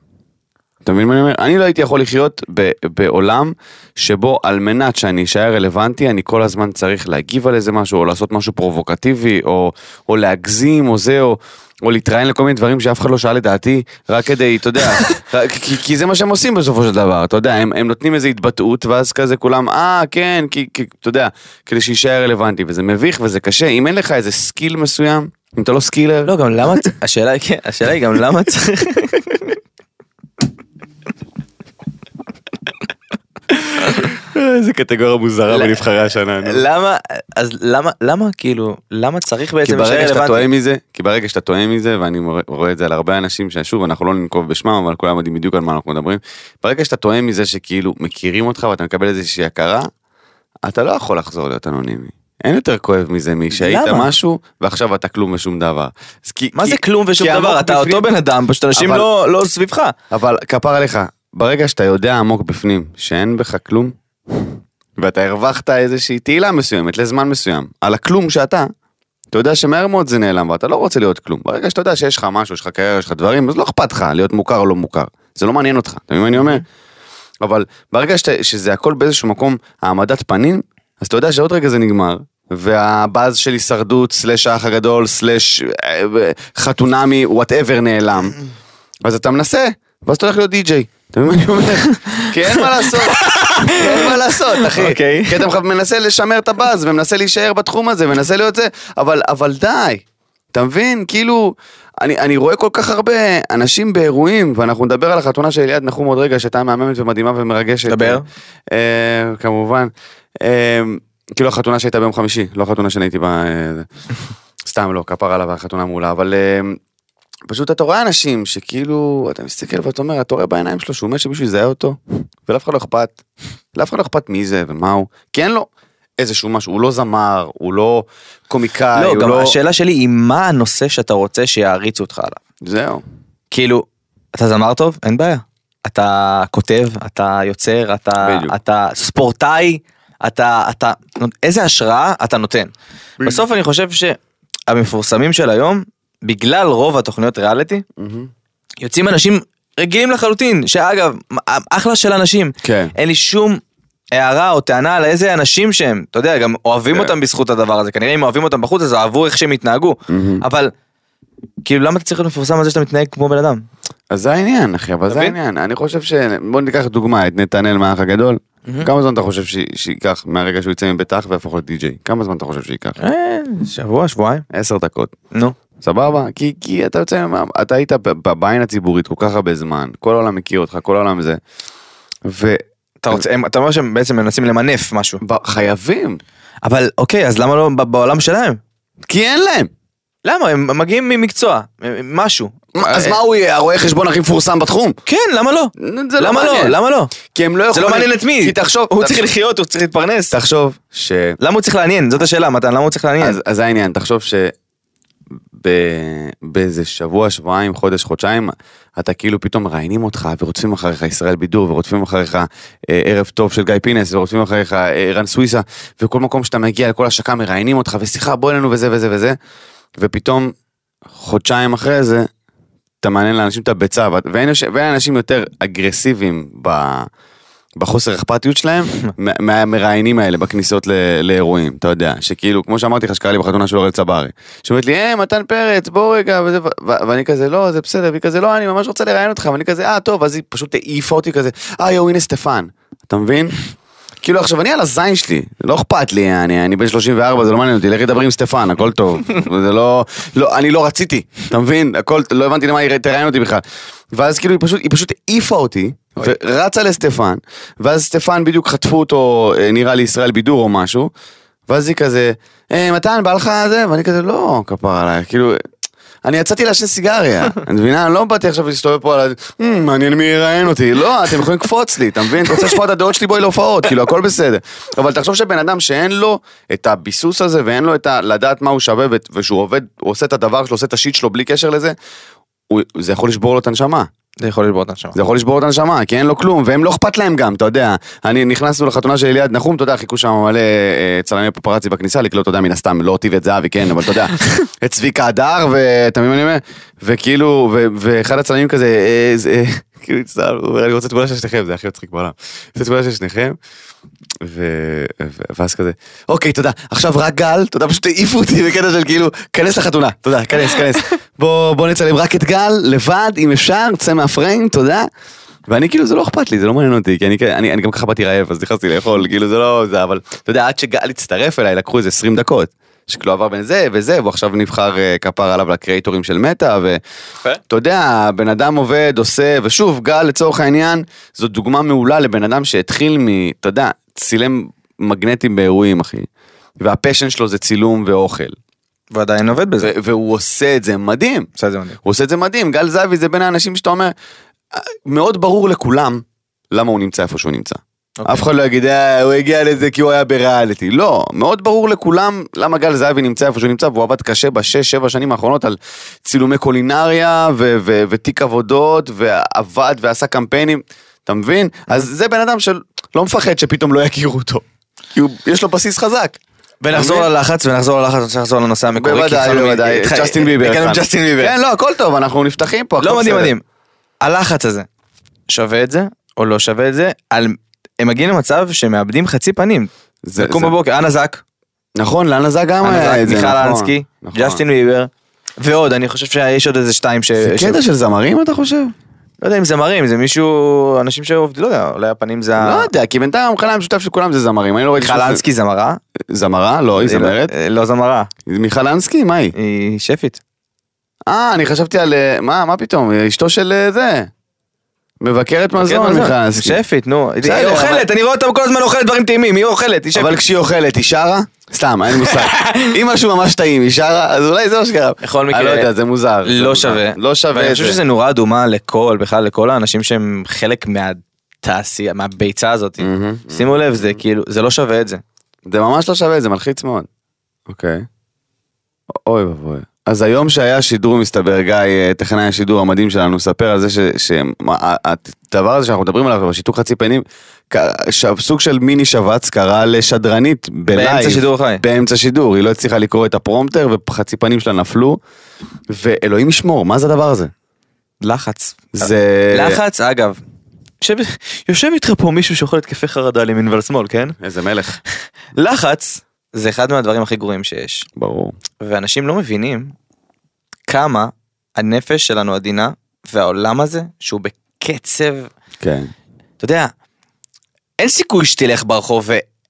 S2: אתה מבין מה אני אומר? אני לא הייתי יכול לחיות ב, בעולם שבו על מנת שאני אשאר רלוונטי, אני כל הזמן צריך להגיב על איזה משהו, או לעשות משהו פרובוקטיבי, או, או להגזים, או זה, או, או להתראיין לכל מיני דברים שאף אחד לא שאל לדעתי, רק כדי, אתה יודע, רק- כי, כי זה מה שהם עושים בסופו של דבר, אתה יודע, הם, הם נותנים איזו התבטאות, ואז כזה כולם, אה, כן, כי, כי, אתה יודע, כדי שיישאר רלוונטי, וזה מביך וזה קשה, אם אין לך איזה סקיל מסוים, אם אתה לא סקילר,
S3: לא, גם למה, צ- <laughs> השאלה היא, כן, השאלה היא גם למה צריך...
S2: איזה קטגוריה מוזרה
S3: לא.
S2: בנבחרי השנה. נו.
S3: <laughs> למה, אז למה, למה כאילו, למה צריך
S2: כי
S3: בעצם...
S2: ברגע
S3: להישאר
S2: שאתה
S3: רלוונטי?
S2: טועה מזה, כי ברגע שאתה טועה מזה, ואני מורה- רואה את זה על הרבה אנשים ששוב, אנחנו לא ננקוב בשמם, אבל כולם יודעים בדיוק על מה אנחנו מדברים, ברגע שאתה טועה מזה שכאילו מכירים אותך ואתה מקבל איזושהי הכרה, אתה לא יכול לחזור להיות אנונימי. אין יותר כואב מזה משהיית
S3: למה?
S2: משהו, ועכשיו אתה כלום ושום דבר. אז כי-
S3: מה
S2: כי-
S3: זה כלום ושום
S2: כי עמוק
S3: דבר? אתה
S2: בפנים-
S3: אותו בן אדם, פשוט אנשים
S2: אבל- אה,
S3: לא לא סביבך.
S2: אבל כפר עליך, ברגע שאתה יודע עמוק בפנים שאין בך כלום, ואתה הרווחת איזושהי תהילה מסוימת לזמן מסוים, על הכלום שאתה, אתה יודע שמהר מאוד זה נעלם ואתה לא רוצה להיות כלום. ברגע שאתה יודע שיש לך משהו, יש לך קריירה, יש לך דברים, אז לא אכפת לך להיות מוכר או לא מוכר. זה לא מעניין אותך, אתה מבין מה אני אומר? אבל ברגע שאתה, שזה הכל באיזשהו מקום העמדת פנים, אז אתה יודע שעוד רגע זה נגמר. והבאז של הישרדות, סלאש האח הגדול, אה, סלאש אה, חתונמי, וואטאבר נעלם. אז אתה מנסה, ואז אתה הולך להיות די-ג'יי. אתה מבין מה אני אומר? כי אין מה לעשות, כי אין מה לעשות, אחי.
S3: אוקיי.
S2: כי אתה מח- מנסה לשמר את הבאז, ומנסה להישאר בתחום הזה, ומנסה להיות זה, אבל, אבל די. אתה מבין? כאילו, אני, אני רואה כל כך הרבה אנשים באירועים, ואנחנו נדבר על החתונה של אליעד נחום עוד רגע, שהייתה מהממת ומדהימה ומרגשת.
S3: דבר.
S2: אה, אה, כמובן. אה, כאילו החתונה שהייתה ביום חמישי, לא החתונה שאני הייתי בה. אה, סתם לא, כפרה עליו החתונה מעולה, אבל אה, פשוט אתה רואה אנשים שכאילו, אתה מסתכל ואתה אומר, אתה רואה בעיניים שלו שהוא מת שמישהו יזהה אותו, ולאף אחד לא אכפת. לאף אחד לא אכפת מי זה ומה הוא, כי אין לו איזשהו משהו, הוא לא זמר, הוא לא קומיקאי,
S3: לא,
S2: הוא
S3: גם
S2: לא...
S3: השאלה שלי היא מה הנושא שאתה רוצה שיעריצו אותך עליו.
S2: זהו.
S3: כאילו, אתה זמר טוב? אין בעיה. אתה כותב, אתה יוצר, אתה,
S2: בדיוק.
S3: אתה ספורטאי, אתה, אתה, איזה השראה אתה נותן. בסוף אני חושב שהמפורסמים של היום, בגלל רוב התוכניות ריאליטי, יוצאים אנשים רגילים לחלוטין, שאגב, אחלה של אנשים.
S2: כן.
S3: אין לי שום הערה או טענה על איזה אנשים שהם, אתה יודע, גם אוהבים
S2: כן.
S3: אותם בזכות הדבר הזה, כנראה אם אוהבים אותם בחוץ אז אהבו איך שהם התנהגו, אבל כאילו למה אתה צריך להיות מפורסם על זה שאתה מתנהג כמו בן אדם?
S2: אז זה העניין, אחי, אבל זה
S3: מבין?
S2: העניין. אני חושב ש... בוא ניקח דוגמה, את נתנאל מהאח הגדול. כמה זמן אתה חושב ש- שייקח מהרגע שהוא יצא מבית האח ויהפוך להיות די-ג'יי? כמה זמן אתה חושב שייקח?
S3: אה. שבוע, שבועיים.
S2: עשר דקות.
S3: נו.
S2: סבבה? כי, כי אתה יוצא, מה- אתה היית ב- ב- בעין הציבורית כל כך הרבה זמן, כל העולם מכיר אותך, כל העולם זה.
S3: אתה רוצה, הם- אתה אומר שהם בעצם מנסים למנף משהו.
S2: וחייבים,
S3: אבל אוקיי, אז למה לא ב- בעולם שלהם?
S2: כי אין להם.
S3: למה? הם מגיעים ממקצוע, מ- משהו.
S2: מה- אז
S3: אה,
S2: מה הוא יהיה, הרואה חשבון הכי מפורסם בתחום?
S3: כן, למה לא?
S2: זה לא
S3: למה לא?
S2: מעניין.
S3: למה לא?
S2: כי הם לא
S3: זה
S2: יכולים...
S3: לא מעניין את מי.
S2: כי תחשוב,
S3: הוא
S2: תחשוב-
S3: צריך לחיות, הוא צריך להתפרנס.
S2: תחשוב ש...
S3: למה הוא צריך לעניין? זאת השאלה, מתן, למה הוא צריך לעניין?
S2: אז, אז זה העניין, תחשוב ש... ב- באיזה שבוע, שבועיים, חודש, חודשיים, אתה כאילו פתאום מראיינים אותך ורודפים אחריך ישראל בידור ורודפים אחריך אה, ערב טוב של גיא פינס ורודפים אחריך אה, רן סוויסה וכל מקום שאתה מגיע לכל השקה מראיינים אותך ושיחה בוא אלינו וזה וזה וזה ופתאום חודשיים אחרי זה אתה מעניין לאנשים את הביצה ואת- ואין, יוש- ואין אנשים יותר אגרסיביים ב... בחוסר אכפתיות שלהם מה- מהמראיינים האלה בכניסות ל- לאירועים, אתה יודע, שכאילו, כמו שאמרתי לך שקרה לי בחתונה של אורל צברי, שאומרת לי, אה, מתן פרץ, בוא רגע, וזה, ו- ו- ואני כזה, לא, זה בסדר, והיא כזה, לא, אני ממש רוצה לראיין אותך, ואני כזה, אה, טוב, אז היא פשוט העיפה אותי כזה, אה, יואו, הנה סטפן, אתה מבין? כאילו עכשיו אני על הזין שלי, לא אכפת לי, אני, אני בן 34, זה לא מעניין אותי, לכי תדברי עם סטפן, הכל טוב. <laughs> זה לא, לא, אני לא רציתי, אתה מבין? הכל, לא הבנתי למה היא תראיין אותי בכלל. ואז כאילו היא פשוט, היא פשוט העיפה אותי, ורצה לסטפן, ואז סטפן בדיוק חטפו אותו, אה, נראה לי ישראל בידור או משהו, ואז היא כזה, אה, מתן, בא לך זה? ואני כזה, לא, כפר עליי, כאילו... אני יצאתי לעשן סיגריה, את מבינה? אני לא באתי עכשיו להסתובב פה על ה... "מ, מעניין מי יראיין אותי. לא, אתם יכולים לקפוץ לי, אתה מבין? אתה רוצה לשמוע את הדעות שלי בואי להופעות, כאילו הכל בסדר. אבל תחשוב שבן אדם שאין לו את הביסוס הזה ואין לו את ה... לדעת מה הוא שווה ו- ושהוא עובד, הוא עושה את הדבר שלו, עושה את השיט שלו בלי קשר לזה, הוא- זה יכול לשבור לו את הנשמה.
S3: זה יכול ללבור את הנשמה.
S2: זה יכול לשבור את הנשמה, כי אין לו כלום, והם לא אכפת להם גם, אתה יודע. אני נכנסנו לחתונה של אליעד נחום, אתה יודע, חיכו שם מלא אה, צלמי פופרצי בכניסה, לקלוט, אתה יודע, מן הסתם, לא אותי ואת זהבי, כן, אבל אתה יודע, את צביקה הדר, ואתה מבין מה אני אומר? וכאילו, ו- ואחד הצלמים כזה, אה, זה- אה, <laughs> כאילו, הצטער, הוא אומר, אני רוצה תמונה של שניכם, זה הכי מצחיק בעולם. אני רוצה תמונה של שניכם. ו- ו- ואז כזה, אוקיי, תודה, עכשיו רק גל, תודה, פשוט העיפו אותי בקטע של כאילו, כנס לחתונה, תודה, כנס, כנס. בוא, בוא נצלם רק את גל, לבד, אם אפשר, צא מהפריים, תודה. ואני כאילו, זה לא אכפת לי, זה לא מעניין אותי, כי אני, אני, אני גם ככה באתי רעב, אז נכנסתי לאכול, כאילו זה לא זה, אבל אתה יודע, עד שגל הצטרף אליי, לקחו איזה 20 דקות. שכאילו עבר בין זה וזה, והוא עכשיו נבחר אה, כפר עליו לקריאטורים של מטא, ו... אתה יודע, בן אדם עובד, עושה, ושוב, גל לצורך העניין, זו דוגמה מעולה לבן אדם שהתחיל מ... אתה יודע, צילם מגנטים באירועים, אחי. והפשן שלו זה צילום ואוכל.
S3: ועדיין עובד בזה.
S2: ו- והוא עושה את זה מדהים.
S3: עושה את זה מדהים.
S2: הוא עושה את זה מדהים, גל זהבי זה בין האנשים שאתה אומר, אה, מאוד ברור לכולם למה הוא נמצא איפה שהוא נמצא.
S3: אוקיי.
S2: אף אחד לא יגיד, "אה, הוא הגיע לזה כי הוא היה בריאליטי. לא, מאוד ברור לכולם למה גל זהבי נמצא איפה שהוא נמצא, והוא עבד קשה בשש, שבע שנים האחרונות על צילומי קולינריה ו- ו- ותיק עבודות, ועבד ועשה קמפיינים, אתה מבין? אז זה בן אדם שלא מפחד שפתאום לא יכירו אותו. כי הוא- יש לו בסיס חזק.
S3: ונחזור
S2: אתה מבין?
S3: ללחץ ונחזור ללחץ, אני רוצה לחזור לנושא המקורי. כי אה,
S2: בוודאי,
S3: התחלנו מ-
S2: בוודאי, את
S3: התח- <laughs>
S2: ג'סטין ביבר.
S3: הגענו עם
S2: התחלנו.
S3: ג'סטין ביבר.
S2: כן, לא, הכל טוב, אנחנו נפתחים פה. הכל
S3: לא מדהים
S2: בסדר.
S3: מדהים. הלחץ הזה, שווה את זה או לא שווה את זה? על- הם מגיעים למצב שמאבדים חצי פנים.
S2: זה-
S3: לקום
S2: זה-
S3: בבוקר, אנה זק,
S2: נכון, לאנה זק גם
S3: אנה
S2: היה
S3: זק,
S2: את זה,
S3: מיכל
S2: נכון,
S3: אנסקי,
S2: נכון.
S3: ג'סטין ביבר, ועוד, אני חושב שיש עוד איזה שתיים אה, ש...
S2: זה
S3: ש-
S2: קטע של זמרים אתה חושב?
S3: לא יודע אם זמרים, זה מישהו, אנשים שעובדים, לא יודע, אולי הפנים זה... ה-
S2: לא יודע, כי בינתיים המכנה המשותף של כולם זה זמרים, אני לא ראיתי...
S3: חלנסקי זמרה?
S2: זמרה? לא, היא
S3: אה, לא-
S2: זמרת.
S3: אה, לא זמרה,
S2: מיכל אנסקי? מה היא?
S3: היא שפית.
S2: אה, אני חשבתי על... אה, מה, מה פתאום? אה, אשתו של אה, זה. מבקרת מזון,
S3: כן,
S2: מיכל אנסקי.
S3: שפית, נו.
S2: בסדר,
S3: היא אוכלת,
S2: אבל-
S3: אני רואה אותה כל הזמן אוכלת דברים טעימים, היא אוכלת, היא שפית.
S2: אבל כשהיא אוכלת, היא שרה? סתם, אין לי
S3: <laughs>
S2: מושג. אם משהו ממש טעים, היא שרה, אז אולי זה מה שקרה.
S3: בכל
S2: אני
S3: מקרה,
S2: לא יודע, זה מוזר. זה
S3: לא
S2: מוזר.
S3: שווה.
S2: לא שווה
S3: ואני
S2: את
S3: חושב
S2: זה.
S3: שזה נורה אדומה לכל, בכלל לכל האנשים שהם חלק מהתעשייה, מהביצה הזאת.
S2: מהמם,
S3: שימו לב, זה כאילו, זה לא שווה את זה.
S2: זה ממש לא שווה, זה מלחיץ מאוד. אוקיי. אוי ואבוי. אז היום שהיה שידור מסתבר, גיא, אה, טכנאי השידור המדהים שלנו, ספר על זה שהדבר הזה שאנחנו מדברים עליו, השיתוק חצי פנים, ק- ש- סוג של מיני שבץ קרה לשדרנית בלייב.
S3: באמצע שידור חי.
S2: באמצע שידור, היא לא הצליחה לקרוא את הפרומטר וחצי פנים שלה נפלו, ואלוהים ישמור, מה זה הדבר הזה?
S3: לחץ.
S2: זה...
S3: לחץ, אגב. יושב- יושב איתך פה מישהו שאוכל התקפי חרדה על ימין ועל שמאל, כן?
S2: איזה מלך.
S3: לחץ זה אחד מהדברים הכי גרועים שיש.
S2: ברור.
S3: ואנשים לא מבינים כמה הנפש שלנו עדינה, והעולם הזה, שהוא בקצב
S2: כן.
S3: אתה יודע, אין סיכוי שתלך ברחוב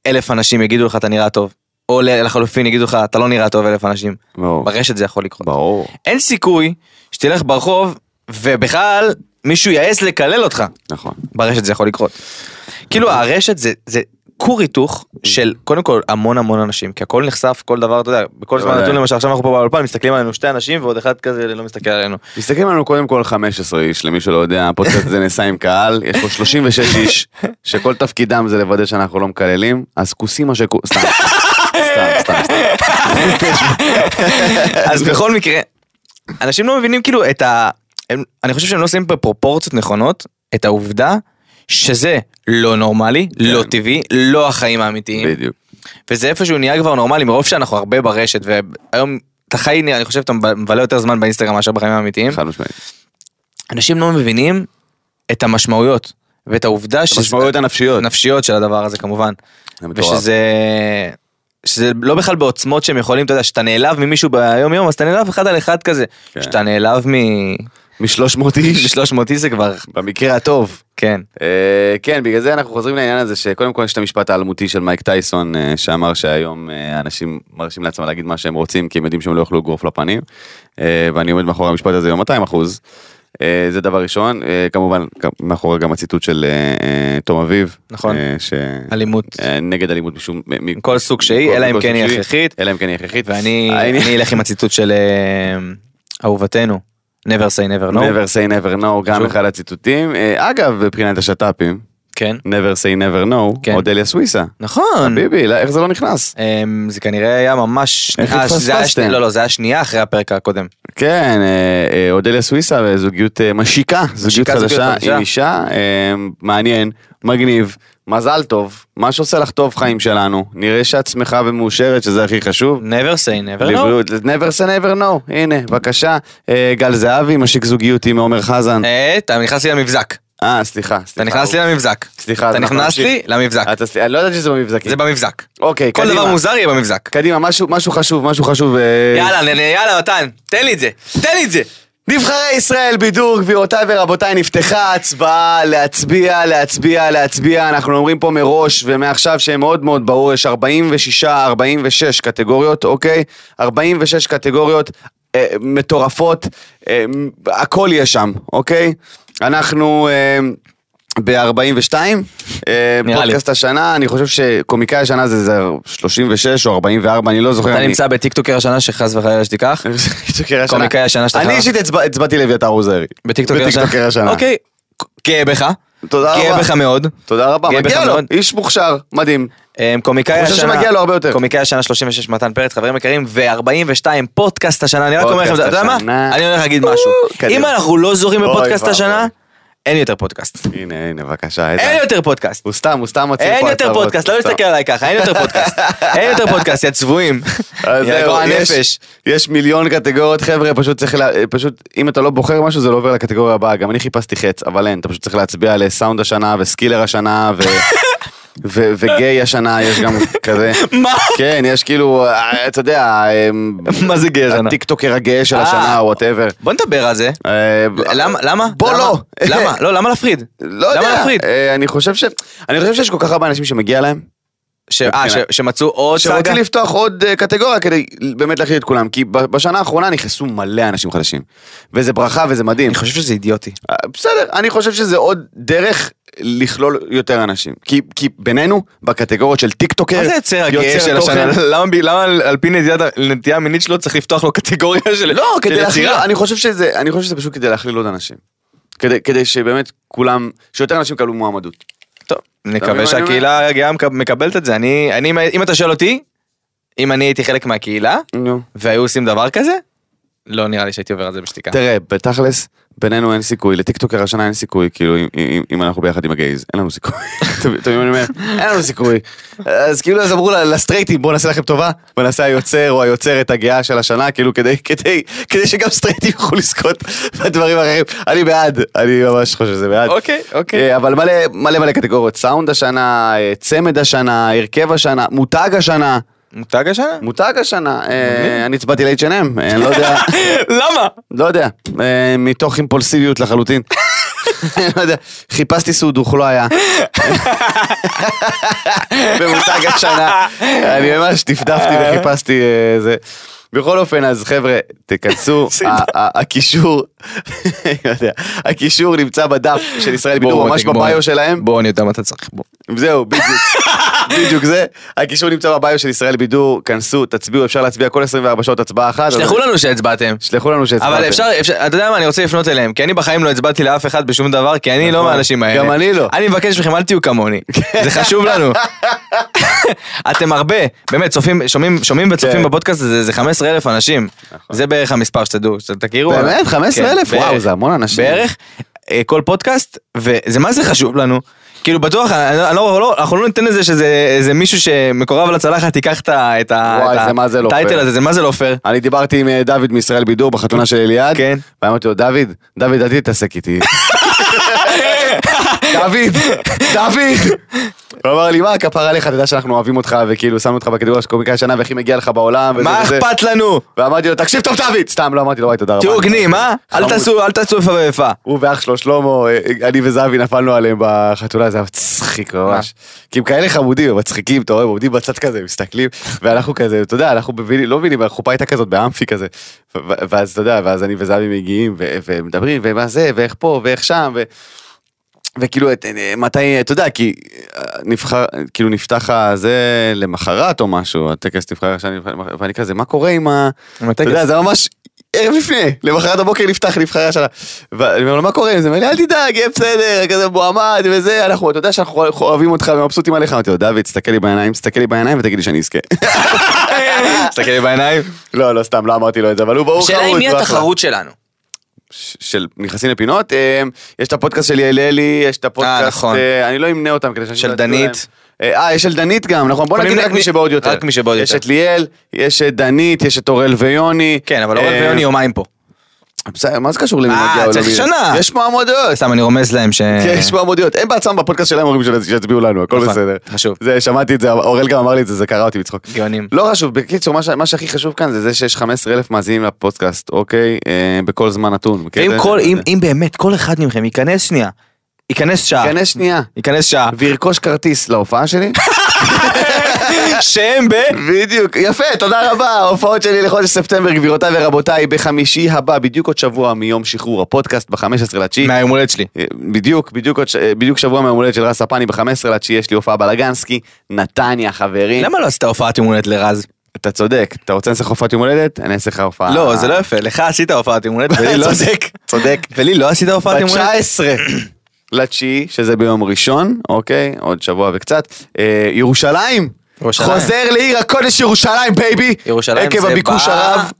S3: ואלף אנשים יגידו לך אתה נראה טוב, או לחלופין יגידו לך אתה לא נראה טוב אלף אנשים.
S2: ברור.
S3: ברשת זה יכול לקרות.
S2: ברור.
S3: אין סיכוי שתלך ברחוב ובכלל מישהו יעז לקלל אותך.
S2: נכון.
S3: ברשת זה יכול לקרות. כאילו הרשת זה, זה כור היתוך של קודם כל המון המון אנשים כי הכל נחשף כל דבר אתה יודע בכל זמן
S2: בוודאי.
S3: נתון למשל עכשיו אנחנו פה באולפן מסתכלים עלינו שתי אנשים ועוד אחד כזה לא מסתכל עלינו.
S2: מסתכלים עלינו קודם כל 15 איש, למי שלא יודע, הפודקאסט הזה נעשה עם קהל, יש פה 36 איש, שכל תפקידם זה לוודא שאנחנו לא מקללים, אז כוסים מה שכו... סתם, סתם, סתם,
S3: <laughs>
S2: סתם.
S3: אז בכל מקרה, אנשים לא מבינים כאילו את ה... הם, אני חושב שהם לא שמים בפרופורציות נכונות את העובדה שזה לא נורמלי, לא טבעי, לא החיים האמיתיים,
S2: כן. בדיוק.
S3: וזה איפשהו נהיה כבר נורמלי מרוב שאנחנו הרבה ברשת, והיום אתה חי, אני חושב, אתה מבלה יותר זמן באינסטגרם מאשר בחיים האמיתיים.
S2: חד משמעית.
S3: אנשים לא מבינים את המשמעויות ואת העובדה שזה...
S2: המשמעויות הנפשיות.
S3: הנפשיות של הדבר הזה כמובן.
S2: זה מטורף.
S3: ושזה שזה לא בכלל בעוצמות שהם יכולים, אתה יודע, שאתה נעלב ממישהו ביום יום, אז אתה נעלב אחד על אחד כזה.
S2: כן.
S3: שאתה נעלב
S2: מ-300 איש,
S3: מ-300 איש זה כבר,
S2: במקרה הטוב.
S3: כן.
S2: אה, כן, בגלל זה אנחנו חוזרים לעניין הזה שקודם כל יש את המשפט האלמותי של מייק טייסון אה, שאמר שהיום אה, אנשים מרשים לעצמם להגיד מה שהם רוצים כי הם יודעים שהם לא יוכלו אגרוף לפנים. אה, ואני עומד מאחורי המשפט הזה יום 200 אחוז. אה, זה דבר ראשון, אה, כמובן כ- מאחורי גם הציטוט של אה, אה, תום אביב.
S3: נכון.
S2: אה, ש-
S3: אלימות
S2: אה, נגד אלימות משום... מ- מ-
S3: מכל סוג שהיא,
S2: מכל-
S3: אלא אם
S2: מכל
S3: כן
S2: סוג
S3: היא
S2: שהיא,
S3: הכרחית.
S2: אלא אם כן היא הכרחית.
S3: ואני
S2: העניין-
S3: אני אלך עם הציטוט של אה, אהובתנו, never say never no.
S2: never say never no, גם
S3: שוב.
S2: אחד הציטוטים. אה, אגב, מבחינת השת"פים,
S3: כן.
S2: never say never no,
S3: כן.
S2: אודליה סוויסה.
S3: נכון.
S2: ביבי, לא- איך זה לא נכנס?
S3: אמ, זה כנראה היה ממש,
S2: איך
S3: אה, זה היה
S2: התפספסתם?
S3: שני- לא לא זה היה שנייה אחרי הפרק הקודם.
S2: כן, אה, אה, אודליה סוויסה, אה, זוגיות אה, משיקה, זוגיות
S3: זוגיות
S2: חדשה
S3: חדשה.
S2: עם אישה, אה, מעניין, מגניב, מזל טוב, מה שעושה לך טוב חיים שלנו, נראה שאת שמחה ומאושרת שזה הכי חשוב.
S3: never say never no.
S2: לבריאות, never say never no, הנה, בבקשה, אה, גל זהבי, משיק זוגיות עם עומר חזן.
S3: אה, אתה נכנס לי למבזק.
S2: אה, סליחה, סליחה.
S3: אתה נכנס לי למבזק.
S2: סליחה, אז
S3: אתה
S2: אנחנו
S3: נכנס
S2: נמשיך.
S3: לי למבזק.
S2: אתה סליחה, אני לא ידעתי שזה במבזקים.
S3: זה במבזק.
S2: אוקיי,
S3: כל
S2: קדימה.
S3: דבר מוזר יהיה במבזק.
S2: קדימה, משהו משהו חשוב, משהו חשוב. אה,
S3: יאללה, נ- נ- יאללה, מתן, תן לי את זה. תן לי את זה.
S2: נבחרי ישראל בידור, גבירותיי ורבותיי, נפתחה ההצבעה להצביע, להצביע, להצביע. אנחנו אומרים פה מראש ומעכשיו שמאוד מאוד ברור, יש 46, 46 קטגוריות, אוקיי? 46 קטגוריות אה, מטורפות, אה, מ- הכל יש שם, אוקיי? אנחנו... אה, ב-42, אה,
S3: לי.
S2: פודקאסט השנה, אני חושב שקומיקאי השנה זה זה 36 או 44, אני לא זוכר.
S3: אתה
S2: אני-
S3: נמצא בטיקטוקר השנה שחס וחלילה שתיקח?
S2: בטיקטוקר השנה.
S3: קומיקאי השנה שלך.
S2: אני אישית הצבע- הצבעתי לאביתר עוזרי.
S3: בטיקטוקר השנה.
S2: בטיקטוקר השנה.
S3: אוקיי. גאה בך.
S2: תודה רבה.
S3: גאה בך מאוד.
S2: תודה רבה,
S3: גאה
S2: מגיע
S3: בך
S2: לו,
S3: מאוד.
S2: איש מוכשר, מדהים.
S3: אמ, קומיקאי
S2: אני
S3: השנה.
S2: חושב שמגיע לו הרבה יותר.
S3: קומיקאי השנה 36 מתן פרץ, חברים יקרים, ו-42 פודקאסט השנה. אני רק אומר לכם,
S2: פודקאסט
S3: אתה יודע מה?
S2: השנה.
S3: אני הולך להגיד משהו.
S2: קדימה.
S3: אם אנחנו לא זוכים
S2: אוי
S3: בפודקאסט
S2: ואבוי.
S3: השנה, אין יותר פודקאסט.
S2: הנה, הנה, בבקשה, איתן.
S3: אין יותר פודקאסט.
S2: הוא סתם, הוא סתם מוציא פה
S3: אין יותר
S2: הצהרות.
S3: פודקאסט, לא
S2: סתם.
S3: להסתכל עליי ככה, אין יותר <laughs> פודקאסט. אין יותר פודקאסט, יא צבועים.
S2: אז
S3: יא
S2: אה, זהו,
S3: גועל
S2: יש-
S3: נפש.
S2: יש מיליון קטגוריות, חבר'ה, פשוט צריך, לה- פשוט, אם אתה לא בוחר משהו, זה לא עובר
S3: <laughs>
S2: לקטגוריה הבאה. גם אני חיפשתי חץ, אבל אין, אתה פשוט צריך להצביע לסאונד השנה וסקילר השנה ו... ו- וגיי השנה יש גם כזה,
S3: מה?
S2: כן, יש כאילו, אה, אתה יודע, אה,
S3: מה זה גאה שנה?
S2: הטיקטוקר הגאה של
S3: אה.
S2: השנה, וואטאבר.
S3: בוא נדבר על זה. למה? למה?
S2: בוא
S3: למה?
S2: לא.
S3: <laughs> למה? לא, למה להפריד?
S2: <laughs> לא יודע,
S3: למה להפריד?
S2: אה, אני חושב ש... אני חושב שיש כל כך הרבה אנשים שמגיע להם,
S3: ש- אה, ש- שמצאו עוד סאגה?
S2: שרוצים לפתוח עוד אה, קטגוריה כדי באמת להכיל את כולם, כי ב- בשנה האחרונה נכנסו מלא אנשים חדשים, וזה ברכה וזה מדהים.
S3: אני חושב שזה אידיוטי.
S2: אה, בסדר, אני חושב שזה עוד דרך לכלול יותר אנשים. כי, כי בינינו, בקטגוריות של טיקטוקר,
S3: מה זה יוצר הגאה
S2: יוצר
S3: של
S2: תוכן.
S3: השנה? <laughs> למה ב- למה על- על פי נטיית- נטייה מינית שלו צריך לפתוח לו קטגוריה של
S2: לא,
S3: של
S2: כדי להכליל,
S3: יצירה?
S2: אני חושב שזה, אני חושב שזה פשוט כדי להכליל עוד אנשים. כדי, כדי שבאמת כולם, שיותר אנשים יקבלו מועמדות.
S3: טוב,
S2: מבין מה
S3: נקווה
S2: אני
S3: שהקהילה הגאה מקב- מקבלת את זה. אני, אני- אם אתה שואל אותי, אם אני הייתי חלק מהקהילה,
S2: נו.
S3: והיו עושים דבר כזה, לא נראה לי שהייתי עובר על זה בשתיקה.
S2: תראה, בתכלס, בינינו אין סיכוי, לטיקטוקר השנה אין סיכוי, כאילו, אם- אם- אם אנחנו ביחד עם הגייז, אין לנו סיכוי. <laughs> אתה מבין- אתה מבין מה אני אומר? אין לנו סיכוי. אז כאילו, אז אמרו ל- לסטרייטים, בואו נעשה לכם טובה, ונעשה היוצר או היוצרת הגאה של השנה, כאילו, כדי- כדי כדי שגם סטרייטים יוכלו לזכות בדברים האחרים. אני בעד, אני ממש חושב שזה בעד.
S3: אוקיי, אוקיי.
S2: אה, אבל מלא מלא מלא קטגוריות, סאונד השנה, אה, צמד השנה, הרכב השנה, מותג השנה,
S3: מותג השנה?
S2: מותג השנה, אה, אני הצבעתי ל-H&M, אה, אני לא
S3: <laughs>
S2: יודע.
S3: למה?
S2: לא יודע, אה, מתוך אימפולסיביות לחלוטין. <laughs> לא יודע, חיפשתי סודוך, לא היה. <laughs> במותג השנה, אני ממש דפדפתי וחיפשתי אה, זה. בכל אופן, אז חבר'ה,
S3: <laughs>
S2: תיכנסו, ה- ה- הקישור, <laughs> לא יודע, הקישור נמצא בדף של ישראל בידור, ממש בביו שלהם.
S3: בוא, אני יודע מה אתה צריך, בוא. <laughs>
S2: זהו, בדיוק. בדיוק זה. הקישור נמצא בביו של ישראל בידור, כנסו, תצביעו, אפשר להצביע כל 24 שעות הצבעה אחת.
S3: שלחו לנו שהצבעתם.
S2: שלחו לנו שהצבעתם.
S3: אבל אפשר, אפשר, אתה יודע מה, אני רוצה לפנות אליהם, כי אני בחיים לא הצבעתי לאף אחד בשום דבר, כי אני לא
S2: נכון.
S3: מהאנשים האלה.
S2: גם אני לא.
S3: אני מבקש מכם, אל תהיו כמוני. זה חשוב לנו. אתם הרבה, באמת, צופים, שומעים, שומעים וצופים
S2: כן.
S3: בפודקאסט הזה, זה 15 אלף אנשים. זה בערך המספר שתדעו, שתכירו.
S2: באמת? 15,000?
S3: כן,
S2: וואו,
S3: בערך.
S2: זה המון אנשים.
S3: בערך, אה, כל פודקאסט, וזה מה זה חשוב לנו. כאילו בטוח, אני לא- אני לא- לא- אנחנו לא ניתן לזה שזה איזה מישהו שמקורב לצלחת ייקח את ה- את ה-
S2: וואי,
S3: את
S2: זה מה זה לא
S3: הטייטל
S2: פייר.
S3: הזה, זה מה זה לא פייר.
S2: אני דיברתי עם אה, דוד מישראל בידור בחתונה של אליעד,
S3: כן.
S2: ואמרתי לו, דוד, דוד, אל תתעסק
S3: <laughs>
S2: איתי. דוד, דוד. הוא אמר לי, מה, כפרה עליך, אתה יודע שאנחנו אוהבים אותך, וכאילו שמנו אותך בקטגוריה של קומיקאי השנה, והכי מגיע לך בעולם, וזה
S3: מה
S2: וזה.
S3: אכפת לנו?
S2: ואמרתי לו, תקשיב טוב, דוד! סתם, לא אמרתי לו, וואי, תודה רבה.
S3: תהיו הוגנים, אה? אל
S2: חמוד.
S3: תעשו, אל תעשו איפה ואיפה.
S2: הוא ואח שלו שלמה, אה, אני וזהבי נפלנו עליהם בחתונה, זה היה מצחיק ממש. כי הם כאלה חמודים, הם מצחיקים, אתה רואה, הם עומדים בצד כזה, הם מסתכלים, ואנחנו כזה, אתה יודע, אנחנו מבינים, לא מבינים, החופה הייתה כזאת באמפי כזה. ו- ו- ואז, אתה יודע, ואז אני וזהבי מגיעים, ו- ומדברים, ומה זה, ואיך פה, ואיך שם, ו... וכאילו, את- אה, מתי, אתה יודע, כי אה, נבחר, כאילו נפתח הזה למחרת או משהו, הטקס נבחר עכשיו, ואני כזה, מה קורה עם ה...
S3: עם
S2: אתה
S3: הטקס.
S2: יודע, זה ממש ערב לפני, למחרת הבוקר נפתח נבחרי השנה. ואני אומר לו, מה קורה עם זה? הוא אומר לי, אל תדאג, יהיה בסדר, כזה מועמד וזה, אנחנו, אתה יודע שאנחנו אוהבים אותך ומבסוטים עליך. אמרתי לו, דוד, תסתכל לי בעיניים, תסתכל לי בעיניים ותגיד לי שאני אזכה. <laughs>
S3: תסתכל לי <laughs> בעיניים.
S2: לא, לא, סתם, לא אמרתי לו את זה, אבל הוא ברור חמוד.
S3: השאלה היא מי
S2: הוא אחלה.
S3: התחרות שלנו.
S2: ש- של נכנסים לפינות, אה, יש את הפודקאסט של יעללי, יש את
S3: אה,
S2: הפודקאסט,
S3: נכון.
S2: אה, אני לא אמנה אותם כדי שאנשים
S3: של
S2: לא יצביעו
S3: דנית.
S2: להם. אה, אה, יש של דנית גם, נכון, בוא
S3: אבל
S2: נגיד
S3: אם
S2: רק
S3: נ-
S2: מי שבעוד יותר.
S3: רק מי שבעוד
S2: יש
S3: יותר.
S2: את ליאל, יש את דנית, יש את אורל ויוני.
S3: כן, אבל אורל
S2: אה,
S3: ויוני יומיים פה.
S2: בסדר, מה זה קשור למי
S3: אה,
S2: מגיע או לא
S3: צריך
S2: מגיע?
S3: שנה.
S2: יש מועמדויות.
S3: לא, סתם, אני רומז להם ש...
S2: כן, יש מועמדויות. הם בעצמם בפודקאסט שלהם אומרים שזה- שיצביעו לנו, הכל
S3: נכון,
S2: בסדר.
S3: חשוב.
S2: זה, שמעתי את זה, אוראל גם אמר לי את זה, זה קרע אותי מצחוק.
S3: גאונים.
S2: לא חשוב, בקיצור, מה ש- מה שהכי חשוב כאן זה זה שיש 15 אלף מאזינים לפודקאסט, אוקיי? אה, בכל זמן נתון. מכיר את
S3: ואם
S2: זה?
S3: כל, אם, אם באמת כל אחד מכם ייכנס שנייה, ייכנס שעה,
S2: כנס כן, שנייה.
S3: ייכנס <laughs> שעה,
S2: וירכוש כרטיס להופעה שלי?
S3: שהם ב...
S2: בדיוק, יפה, תודה רבה, ההופעות שלי לחודש ספטמבר, גבירותיי ורבותיי, בחמישי הבא, בדיוק עוד שבוע מיום שחרור הפודקאסט, ב-15 לתשיעי. אה,
S3: מהיום הולדת שלי.
S2: בדיוק, בדיוק, עוד ש- אה, בדיוק שבוע מהיום הולדת של רז ספני ב-15 לתשיעי יש לי הופעה בלגנסקי, נתניה חברים.
S3: למה לא עשית הופעת יום הולדת לרז?
S2: אתה צודק, אתה רוצה לעשות הופעת יום הולדת? אני אעשה לך הופעה.
S3: לא, זה לא יפה, לך עשית הופעת יום הולדת, ולי לא...
S2: צודק, צודק.
S3: ולי לא עשית הופעת יום הולדת?
S2: ב-19 לתשיעי, שזה ביום ראשון, אוקיי, עוד שבוע וקצת. אה, ירושלים!
S3: ירושלים.
S2: חוזר לעיר הקודש ירושלים, בייבי!
S3: ירושלים
S2: עקב
S3: זה
S2: הביקוש
S3: ב-
S2: הרב.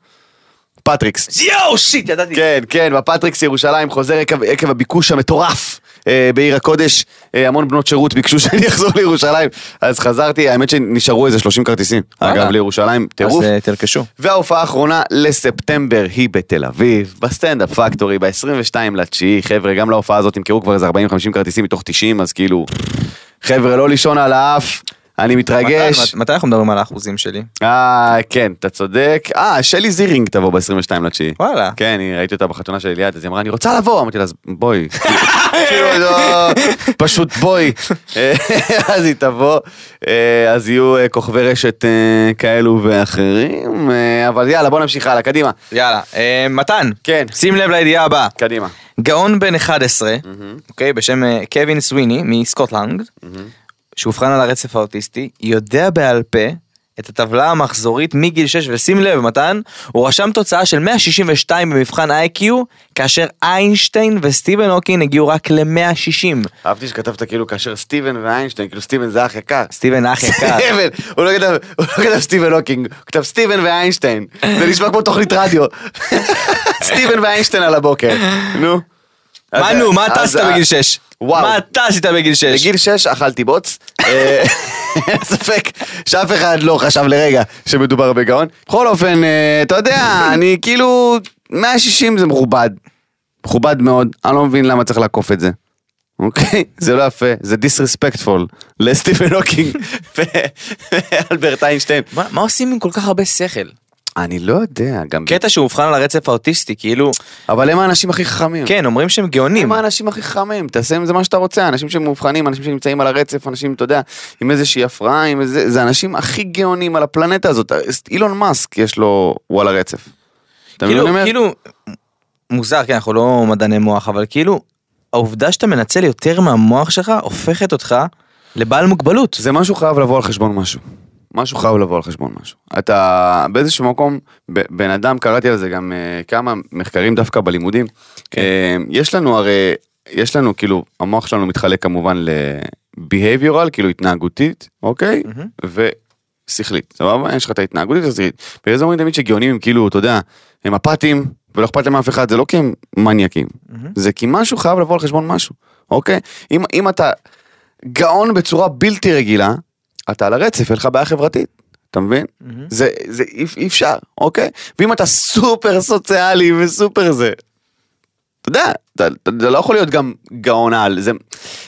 S2: פטריקס.
S3: יואו, שיט, ידעתי.
S2: כן, כן, בפטריקס ירושלים חוזר עקב, עקב הביקוש המטורף אה, בעיר הקודש. אה, המון בנות שירות ביקשו <laughs> שאני אחזור לירושלים, אז חזרתי, האמת שנשארו איזה 30 כרטיסים,
S3: וואלה.
S2: אגב, לירושלים,
S3: אז
S2: טירוף.
S3: אה, תרכשו.
S2: וההופעה האחרונה לספטמבר היא בתל אביב, בסטנדאפ פקטורי, ב-22 לתשיעי, חבר'ה, גם להופעה הזאת נמכרו כבר איזה 40-50 כרטיסים מתוך 90, אז כאילו, חבר'ה, לא לישון על האף, אני
S3: מתי-
S2: מתרגש.
S3: מת- מתי אנחנו מדברים על האחוזים שלי?
S2: אה, כן, אתה צודק. אה, שלי זירינג תבוא ב-22 לתשיעי.
S3: וואלה.
S2: כן, אני ראיתי אותה בחתונה של ליאת, אז היא אמרה, אני רוצה לבוא. אמרתי לה, אז בואי. <laughs> כאילו, לא, פשוט בואי. <laughs> אז היא תבוא, אה, אז יהיו אה, כוכבי רשת אה, כאלו ואחרים, אה, אבל יאללה, בוא נמשיך הלאה, קדימה.
S3: יאללה, אה, מתן,
S2: כן.
S3: שים לב לידיעה הבאה.
S2: קדימה.
S3: גאון בן 11, אוקיי, בשם אה, קווין סוויני מסקוטלנד, שאובחן על הרצף האוטיסטי, יודע בעל פה את הטבלה המחזורית מגיל 6, ושים לב, מתן, הוא רשם תוצאה של 162 במבחן IQ, כאשר איינשטיין וסטיבן הוקין הגיעו רק ל-160.
S2: אהבתי שכתבת כאילו כאשר סטיבן ואיינשטיין, כאילו סטיבן זה אח יקר.
S3: סטיבן אח <laughs> יקר.
S2: סטיבן, הוא לא כתב- הוא לא כתב סטיבן הוקינג, הוא כתב סטיבן ואיינשטיין. זה נשמע כמו תוכנית רדיו. <laughs> סטיבן ואיינשטיין על הבוקר. נו.
S3: מה
S2: אז-
S3: נו, מה אתה
S2: אז-
S3: עשית בגיל 6?
S2: וואו.
S3: מה אתה עשית בגיל 6?
S2: בגיל 6 אכלתי בוץ. אה, אין ספק שאף אחד לא חשב לרגע שמדובר בגאון. בכל אופן, אה, אתה יודע, אני כאילו, 160 זה מכובד. מכובד מאוד, אני לא מבין למה צריך לעקוף את זה. אוקיי? זה לא יפה, זה דיסרספקטפול לסטיבן הוקינג ואלברט איינשטיין.
S3: מה מה עושים עם כל כך הרבה שכל?
S2: אני לא יודע, גם...
S3: קטע שאובחן על הרצף האוטיסטי, כאילו,
S2: אבל הם האנשים הכי חכמים.
S3: כן, אומרים שהם גאונים.
S2: הם האנשים הכי חכמים, תעשה עם זה מה שאתה רוצה, אנשים שמאובחנים, אנשים שנמצאים על הרצף, אנשים, אתה יודע, עם איזושהי הפרעה, עם איזה, זה האנשים הכי גאונים על הפלנטה הזאת, אילון מאסק יש לו, הוא על הרצף. אתה מבין מה
S3: כאילו,
S2: אני אומר?
S3: כאילו, מוזר, כן, אנחנו לא מדעני מוח, אבל כאילו, העובדה שאתה מנצל יותר מהמוח שלך, הופכת אותך לבעל מוגבלות.
S2: זה משהו חייב לבוא על חשבון משהו. משהו חייב לבוא על חשבון משהו. אתה באיזשהו מקום, ב- בן אדם, קראתי על זה גם אה, כמה מחקרים דווקא בלימודים. אה, יש לנו הרי, יש לנו כאילו, המוח שלנו מתחלק כמובן ל-behavioral, כאילו התנהגותית, אוקיי? ושכלית, סבבה? יש לך את ההתנהגותית השכלית. בגלל זה אומרים תמיד שגאונים הם כאילו, אתה יודע, הם אפאתיים ולא אכפת להם מאף אחד, זה לא כי הם מניאקים. זה כי משהו חייב לבוא על חשבון משהו, אוקיי? אם, אם אתה... גאון בצורה בלתי רגילה, אתה על הרצף, אין לך בעיה חברתית, אתה מבין? זה, זה אי, אי אפשר, אוקיי? ואם אתה סופר סוציאלי וסופר זה, אתה יודע, אתה, אתה, אתה לא יכול להיות גם גאון על, זה,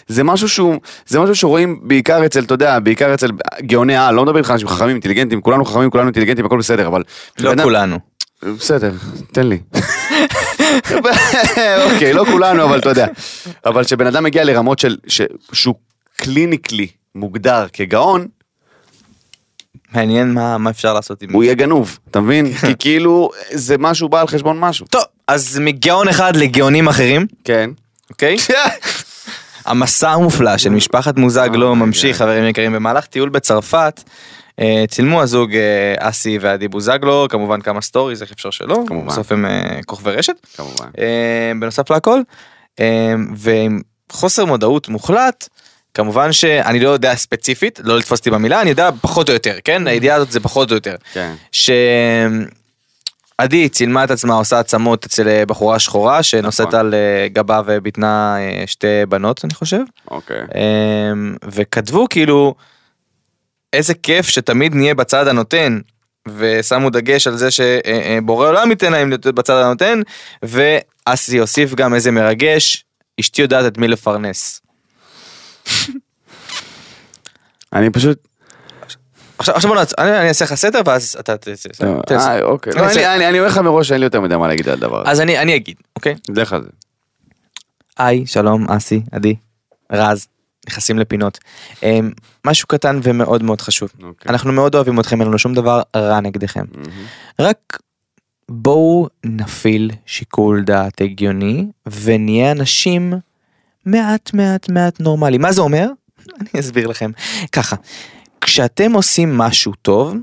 S2: זה משהו שהוא, זה משהו שרואים בעיקר אצל, אתה יודע, בעיקר אצל גאוני על, לא מדבר איתך על אנשים חכמים, אינטליגנטים, כולנו חכמים, כולנו אינטליגנטים, הכל בסדר, אבל...
S3: לא
S2: בן אדם-
S3: כולנו.
S2: בסדר, תן לי. אוקיי, לא כולנו, אבל אתה יודע. אבל כשבן אדם מגיע לרמות של, ש- שהוא קליניקלי מוגדר כגאון,
S3: מעניין מה מה אפשר לעשות עם...
S2: הוא יהיה גנוב, אתה מבין?
S3: כן.
S2: כי כאילו, זה משהו בא על חשבון משהו.
S3: טוב, אז מגאון אחד לגאונים אחרים,
S2: <laughs> כן.
S3: אוקיי? המסע המופלא של משפחת
S2: אה,
S3: מוזגלו
S2: כן.
S3: ממשיך, חברים יקרים, במהלך טיול בצרפת. אה, צילמו הזוג אה, אסי ועדי בוזגלו, כמובן כמה סטוריז, איך אפשר שלא,
S2: כמובן.
S3: בסוף הם אה, כוכבי רשת.
S2: כמובן.
S3: אה, בנוסף להכל אה, ועם חוסר מודעות מוחלט כמובן שאני לא יודע ספציפית לא לתפוס אותי במילה אני יודע פחות או יותר כן הידיעה הזאת זה פחות או יותר
S2: כן.
S3: שעדי צילמה את עצמה עושה עצמות אצל אה, בחורה שחורה שנושאת
S2: נכון.
S3: על אה, גבה וביטנה אה, שתי בנות אני חושב
S2: אוקיי.
S3: אה, וכתבו כאילו איזה כיף שתמיד נהיה בצד הנותן. ושמו דגש על זה שבורא עולם ייתן להם להיות בצד הנותן ואסי הוסיף גם איזה מרגש אשתי יודעת את מי לפרנס.
S2: אני פשוט...
S3: עכשיו עכשיו בוא נעצ... אני, אני אעשה לך סדר ואז אתה תעשה. תעשה.
S2: אה, אוקיי. לא,
S3: אני
S2: אני-
S3: אעשה-
S2: אני אני אומר לך מראש שאין לי יותר מדי מה להגיד על הדבר הזה.
S3: אז אני, אני אגיד אוקיי.
S2: לך על זה.
S3: היי, שלום, אסי, עדי, רז, נכנסים לפינות. אמ, משהו קטן ומאוד מאוד חשוב.
S2: אוקיי.
S3: אנחנו מאוד אוהבים אתכם, אין לנו שום דבר רע נגדכם. רק בואו נפעיל שיקול דעת הגיוני ונהיה אנשים מעט מעט מעט נורמליים. מה זה אומר? <laughs> אני אסביר לכם. ככה, כשאתם עושים משהו טוב,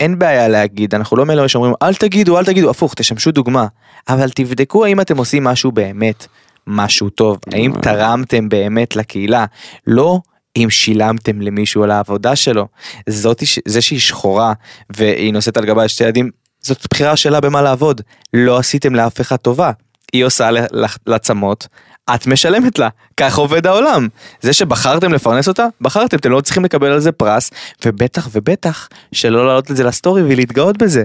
S3: אין בעיה להגיד, אנחנו לא מאלה שאומרים אל תגידו, אל תגידו, הפוך, תשמשו דוגמה. אבל תבדקו האם אתם עושים משהו באמת, משהו טוב, האם תרמתם באמת לקהילה, לא אם שילמתם למישהו על העבודה שלו. זאת, ש- זה שהיא שחורה והיא נושאת על גבה את שתי ילדים, זאת בחירה שלה במה לעבוד. לא עשיתם לאף אחד טובה. היא עושה ל- לך- לצמות, את משלמת לה, כך עובד העולם. זה שבחרתם לפרנס אותה, בחרתם, אתם לא צריכים לקבל על זה פרס, ובטח ובטח שלא להעלות את זה לסטורי ולהתגאות בזה.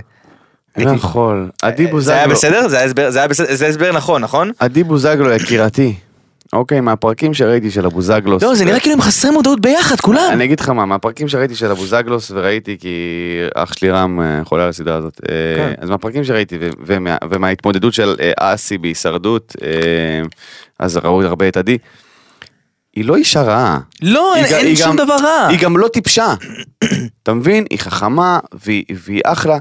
S2: לא יכול. עדי
S3: אה, זה היה
S2: בוזגלו.
S3: בסדר? זה היה הסבר- זה היה בסדר- זה הסבר נכון, נכון?
S2: עדי בוזגלו, יקירתי. אוקיי, מהפרקים שראיתי של הבוזגלוס.
S3: לא, זה נראה כאילו הם חסרי מודעות ביחד, כולם.
S2: אני אגיד לך מה, מהפרקים שראיתי של הבוזגלוס וראיתי כי אח שלי רם אה, חולה על הסדרה הזאת. אה,
S3: כן.
S2: אז מהפרקים שראיתי ו- ומה- ומההתמודדות של אה, אסי בהישרדות, אה, אז ראו הרבה את עדי. היא לא אישה רעה.
S3: לא,
S2: היא
S3: אין-
S2: גם-
S3: אין
S2: היא
S3: שום
S2: גם-
S3: דבר רע.
S2: היא גם לא
S3: <coughs>
S2: טיפשה. אתה מבין? היא חכמה והיא, והיא אחלה,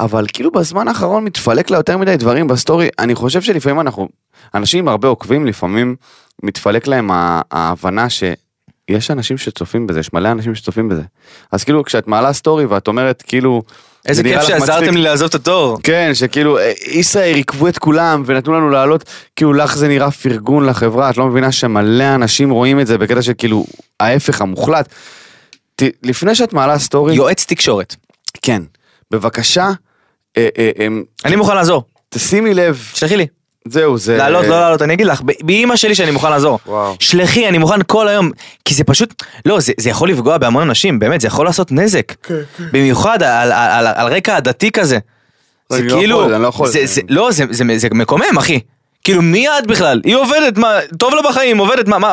S2: אבל כאילו בזמן האחרון מתפלק לה יותר מדי דברים בסטורי. אני חושב שלפעמים אנחנו, אנשים עם הרבה עוקבים, לפעמים מתפלק להם ה- ההבנה ש... יש אנשים שצופים בזה, יש מלא אנשים שצופים בזה. אז כאילו כשאת מעלה סטורי ואת אומרת כאילו...
S3: איזה
S2: זה נראה
S3: כיף
S2: לך מצחיק.
S3: שעזרתם לי לעזוב את התור.
S2: כן, שכאילו אה, ישראל עיכבו את כולם ונתנו לנו לעלות, כאילו לך זה נראה פרגון לחברה, את לא מבינה שמלא אנשים רואים את זה בקטע של כאילו ההפך המוחלט. ת, לפני שאת מעלה סטורי,
S3: יועץ תקשורת.
S2: כן, בבקשה, אה, אה, אה,
S3: אני מוכן לעזור,
S2: תשימי לב,
S3: שלחי לי.
S2: זהו זה.
S3: לעלות, לא לעלות, אני אגיד לך, ב- באימא שלי שאני מוכן לעזור.
S2: אה, וואו.
S3: שלחי, אני מוכן כל היום, כי זה פשוט, לא, זה, זה יכול לפגוע בהמון אנשים, באמת, זה יכול לעשות נזק.
S2: כן,
S3: במיוחד על, על, על, על רקע עדתי כזה.
S2: לא,
S3: זה
S2: אני לא
S3: כאילו,
S2: יכול, אני לא יכול.
S3: זה, זה, לא, זה, זה, זה מקומם, אחי. כאילו, מי את בכלל? היא עובדת, מה, טוב לה בחיים, עובדת, מה, מה...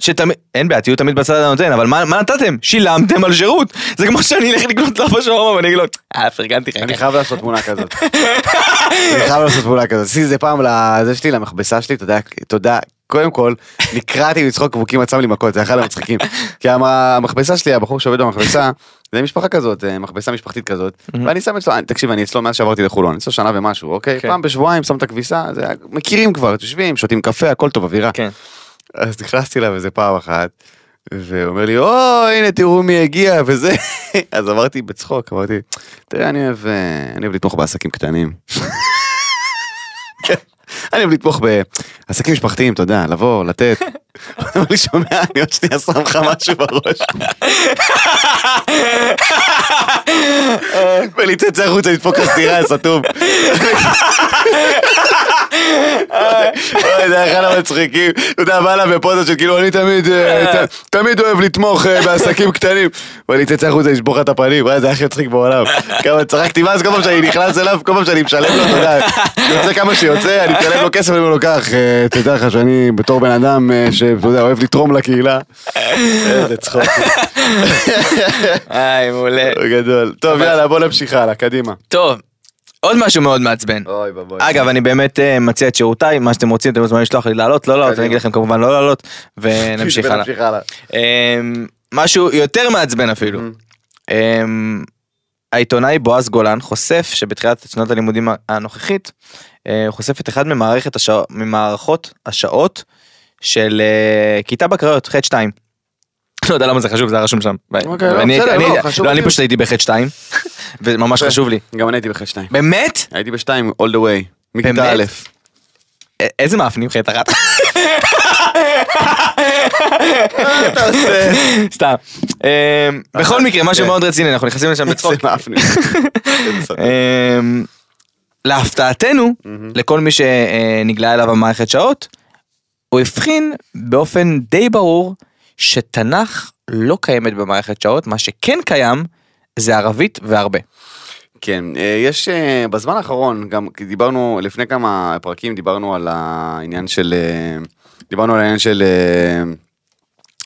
S3: שתמיד, אין בעיה, תהיו תמיד בצד הנותן, אבל מה, מה נתתם? שילמתם על שירות. זה כמו שאני אלך לקנות לאבא שורמה ואני אגיד לו, אה, פרגנתי
S2: אני
S3: לך.
S2: חייב לעשות תמונה כזאת. אני חייב לעשות תמונה כזאת. עשיתי את זה פעם לזה שלי, למכבסה שלי, תודה, תודה. קודם כל, נקרעתי מצחוק ווקים עצם לי מכות, זה אחד המצחיקים. כי המ- המכבסה שלי, הבחור שעובד במכבסה, זה משפחה כזאת, אה, מכבסה משפחתית כזאת, ואני שם אצלו, אני- תקשיב, אני אצלו מאז שעברתי לחולון, אני אצלו שנה ומשהו, אוקיי?
S3: כן.
S2: פעם בשבועיים שם את הכביסה, זה- מכירים כבר, יושבים, שותים קפה, הכל טוב, אווירה.
S3: כן.
S2: אז נכנסתי אליו איזה פעם אחת, והוא אומר לי, או, הנה, תראו מי הגיע, וזה. <laughs> אז אמרתי בצחוק, אמרתי, תראה, אני אוהב, אה, אני אוהב לתמוך בעסקים קטנים. <laughs> אני אוהב לתמוך בעסקים משפחתיים, אתה יודע, לבוא, לתת. <laughs> הוא אומר לי, שומע, אני עוד שנייה שם לך משהו בראש. <laughs> אומר לי, "צא, צא החוצה, תדפוק לך סטירה, סתום. אוי, זה אחד המצחיקים. אתה יודע, בא אליו בפוזה של כאילו, אני תמיד, אה, ת- תמיד אוהב לתמוך אה, בעסקים קטנים. הוא אומר לי, תצא החוצה, לשבור לך את הפנים. וואי, זה הכי מצחיק בעולם. כמה צחקתי, ואז כל פעם שאני נכנס אליו, כל פעם שאני משלם לו, אתה יודע, יוצא כמה שיוצא, אני משלם לו כסף, אני אומר לו, קח, אה, תדע לך שאני בתור בן אדם, אה, שאתה יודע, אוהב לתרום לקהילה. איזה צחוק.
S3: היי, מעולה.
S2: הוא גדול. טוב, יאללה, בוא נמשיך הלאה, קדימה.
S3: טוב, עוד משהו מאוד מעצבן.
S2: אוי ואבוי.
S3: אגב, אני באמת אה, מציע את שירותיי, מה שאתם רוצים, אתם מוזמנים לשלוח לי לעלות, לא לעלות,
S2: קדימה.
S3: אני אגיד לכם כמובן לא לעלות,
S2: <laughs>
S3: ונמשיך הלאה.
S2: ונמשיך הלאה.
S3: אמ, משהו יותר מעצבן אפילו. אמ, העיתונאי בועז גולן חושף שבתחילת שנת הלימודים הנוכחית, אה, הוא חושף את אחד ממערכת השע- ממערכות השעות של אה, כיתה בקריות, ח' 2. <laughs> לא יודע למה זה חשוב, זה היה רשום שם.
S2: אוקיי, לא,
S3: ואני-
S2: בסדר,
S3: אני-
S2: לא, חשוב אוקיי.
S3: לא, אני
S2: בדיוק.
S3: פשוט הייתי בח' 2, <laughs> וממש חשוב לי.
S2: גם אני הייתי בחטא שתיים.
S3: באמת?
S2: הייתי בשתיים, all the way. מכיתה א'.
S3: באמת? א- איזה מאפנים חטא אחת?
S2: <laughs>
S3: סתם. אמ, בכל מקרה, משהו
S2: כן.
S3: מאוד רציני, אנחנו נכנסים לשם
S2: זה
S3: בצחוק.
S2: מאפנים. אוקיי.
S3: אמ, להפתעתנו, לכל מי שנגלה אליו המערכת שעות, הוא הבחין באופן די ברור שתנ"ך לא קיימת במערכת שעות, מה שכן קיים זה ערבית והרבה.
S2: <laughs> כן, אה, יש אה, בזמן האחרון, גם כי דיברנו לפני כמה פרקים, דיברנו על העניין של, אה, דיברנו על העניין של, אה,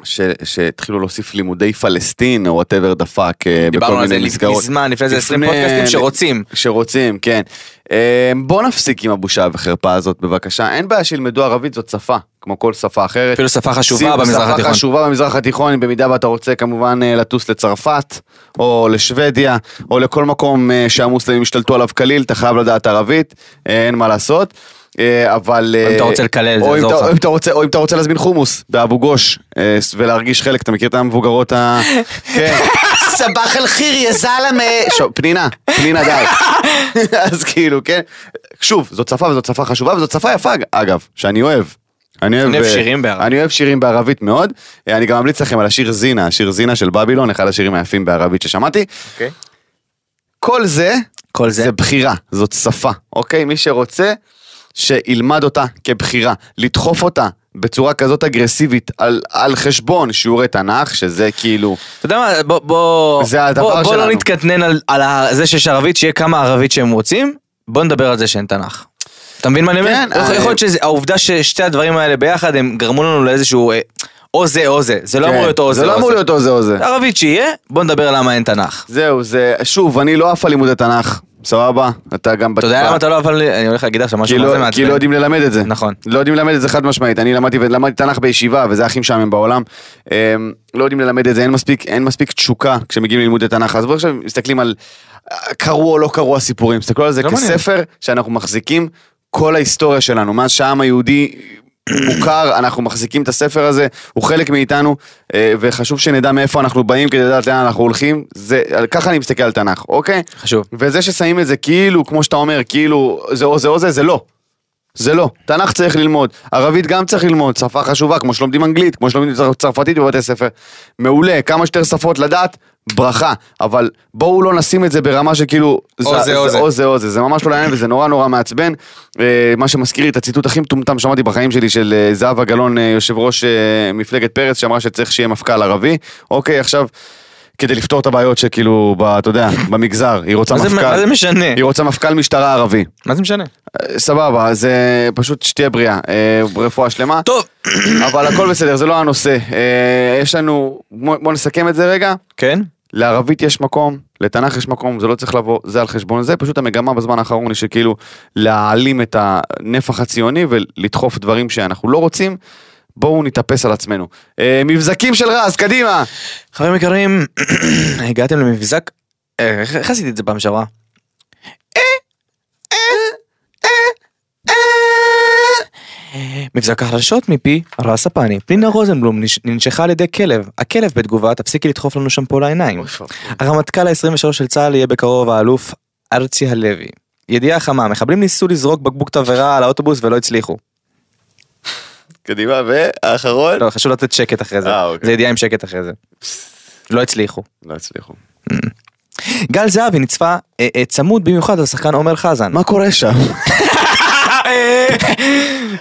S2: ש- שהתחילו להוסיף לימודי פלסטין או וואטאבר דפק אה,
S3: דיברנו
S2: בכל
S3: על זה
S2: מיני מסגרות.
S3: מזמן, לפני איזה 20
S2: לפני-
S3: פודקאסטים שרוצים.
S2: שרוצים, כן. אה, בוא נפסיק עם הבושה וחרפה הזאת בבקשה. אין בעיה שילמדו ערבית, זאת שפה, כמו כל שפה אחרת.
S3: אפילו שפה חשובה
S2: שים
S3: במזרח
S2: שפה
S3: התיכון.
S2: חשובה במזרח התיכון, במידה ואתה רוצה כמובן אה, לטוס לצרפת, או לשוודיה, או לכל מקום אה, שהמוסלמים השתלטו עליו כליל, אתה חייב לדעת ערבית, אה, אין מה לעשות. אה, אבל...
S3: אם
S2: אה,
S3: אתה רוצה לקלל, זה
S2: או אם
S3: יעזור
S2: אתה-
S3: לך.
S2: אם אתה רוצה- או אם אתה רוצה להזמין חומוס באבו גוש אה, ס- ולהרגיש חלק, אתה מכיר את המבוגרות
S3: <laughs>
S2: ה... כן. סבח אל חיר יא זלמה. שו- פנינה, פנינה
S3: <laughs>
S2: די. אז כאילו, כן. שוב, זאת שפה וזאת שפה חשובה וזאת שפה יפה, אגב, שאני אוהב. אני אוהב,
S3: אני אוהב
S2: אה,
S3: שירים בערבית.
S2: אני אוהב שירים בערבית מאוד. אה, אני גם אמליץ לכם על השיר זינה, השיר זינה של בבילון, אחד השירים היפים בערבית ששמעתי. כל זה,
S3: אוקיי. כל זה.
S2: זה בחירה, זאת שפה, אוקיי? מי שרוצה, שילמד אותה כבחירה. לדחוף אותה בצורה כזאת אגרסיבית על, על חשבון שיעורי תנ"ך, שזה כאילו...
S3: אתה יודע מה, בוא, בוא,
S2: זה הדבר
S3: בוא, בוא
S2: שלנו.
S3: לא נתקטנן על, על ה- זה שיש ערבית, שיהיה כמה ערבית שהם רוצים, בוא נדבר על זה שאין תנ"ך. אתה מבין מה אני אומר?
S2: כן,
S3: יכול-
S2: אה,
S3: יכול להיות שהעובדה ששתי הדברים האלה ביחד הם גרמו לנו לאיזשהו אה, או זה או זה, זה לא אמור להיות או זה
S2: זה לא
S3: או
S2: אמור
S3: זה.
S2: להיות או זה או זה.
S3: ערבית שיהיה, בוא נדבר למה אין תנ"ך.
S2: זהו, זה, שוב, אני לא עף על לימודי תנ"ך, סבבה? אתה גם...
S3: אתה יודע למה אתה לא אבל אני הולך להגיד עכשיו משהו
S2: כי
S3: מה זה
S2: לא,
S3: מעצבן.
S2: כי לא יודעים ללמד את זה.
S3: נכון.
S2: לא יודעים ללמד את זה חד משמעית. אני למדתי ולמדתי תנ"ך בישיבה, וזה הכי משעמם בעולם. אמ, לא יודעים ללמד את זה, אין מספיק, אין מספיק תשוקה כשמגיעים ללימודי תנ"ך. אז בואו עכשיו מסתכלים על אה, קרו או לא קרו הסיפורים. תסתכלו על זה
S3: לא מעניין.
S2: כספר שאנחנו מחזיקים כל ההיסטוריה שלנו. מאז שהעם
S3: <clears throat>
S2: היהודי מוכר, אנחנו מחזיקים את הספר הזה, הוא חלק מאיתנו, אה, וחשוב שנדע מאיפה אנחנו באים כדי לדעת לאן אנחנו הולכים. זה, על- ככה אני מסתכל על תנ"ך, אוקיי?
S3: חשוב.
S2: וזה ששמים את זה כאילו, כמו שאתה אומר, כאילו, זה או זה או זה, זה לא. זה לא. תנ"ך צריך ללמוד, ערבית גם צריך ללמוד, שפה חשובה, כמו שלומדים אנגלית, כמו שלומדים צר- צרפתית בבתי ספר. מעולה, כמה שיותר שפות לדעת, ברכה. אבל בואו לא נשים את זה ברמה שכאילו,
S3: או זה או זה.
S2: או זה או זה, זה ממש לא לעניין וזה נורא נורא מעצבן. אה, מה שמזכיר לי את הציטוט הכי מטומטם שמעתי בחיים שלי של אה, זהבה גלאון, אה, יושב ראש אה, מפלגת פרץ, שאמרה שצריך שיהיה מפכ"ל ערבי. אוקיי, עכשיו, כדי לפתור את הבעיות שכאילו, ב- אתה יודע, במגזר, היא רוצה
S3: מה זה-
S2: מפכ"ל.
S3: מה זה משנה?
S2: היא רוצה מפכ"ל משטרה ערבי.
S3: מה זה משנה?
S2: אה, סבבה, אז אה, פשוט שתהיה בריאה, אה, רפואה שלמה.
S3: טוב.
S2: אבל הכל בסדר, זה לא הנושא. אה, יש לנו, בוא בוא נסכם את זה רגע.
S3: כן?
S2: לערבית יש מקום, לתנ"ך יש מקום, זה לא צריך לבוא, זה על חשבון זה, פשוט המגמה בזמן האחרון היא שכאילו להעלים את הנפח הציוני ולדחוף דברים שאנחנו לא רוצים, בואו נתאפס על עצמנו. אה, מבזקים של רז, קדימה!
S3: חברים יקרים, <clears throat> הגעתם למבזק, אה, איך איך עשיתי את זה פעם שעברה? אה, אה, אה, אה. מבזק החדשות מפי רס הפני. פנינה רוזנבלום נש- ננשכה על ידי כלב. הכלב בתגובה, תפסיקי לדחוף לנו שמפו לעיניים. הרמטכ"ל ה-23 של צה"ל יהיה בקרוב האלוף ארצי הלוי. ידיעה חמה, מחבלים ניסו לזרוק בקבוק תבערה על האוטובוס ולא הצליחו.
S2: קדימה, והאחרון?
S3: לא, חשוב לתת שקט אחרי זה.
S2: אה, אוקיי.
S3: זה ידיעה עם שקט אחרי זה. לא הצליחו.
S2: לא הצליחו.
S3: גל זהבי נצפה אה, אה, צמוד במיוחד לשחקן עומר חזן.
S2: מה קורה שם?
S3: <laughs>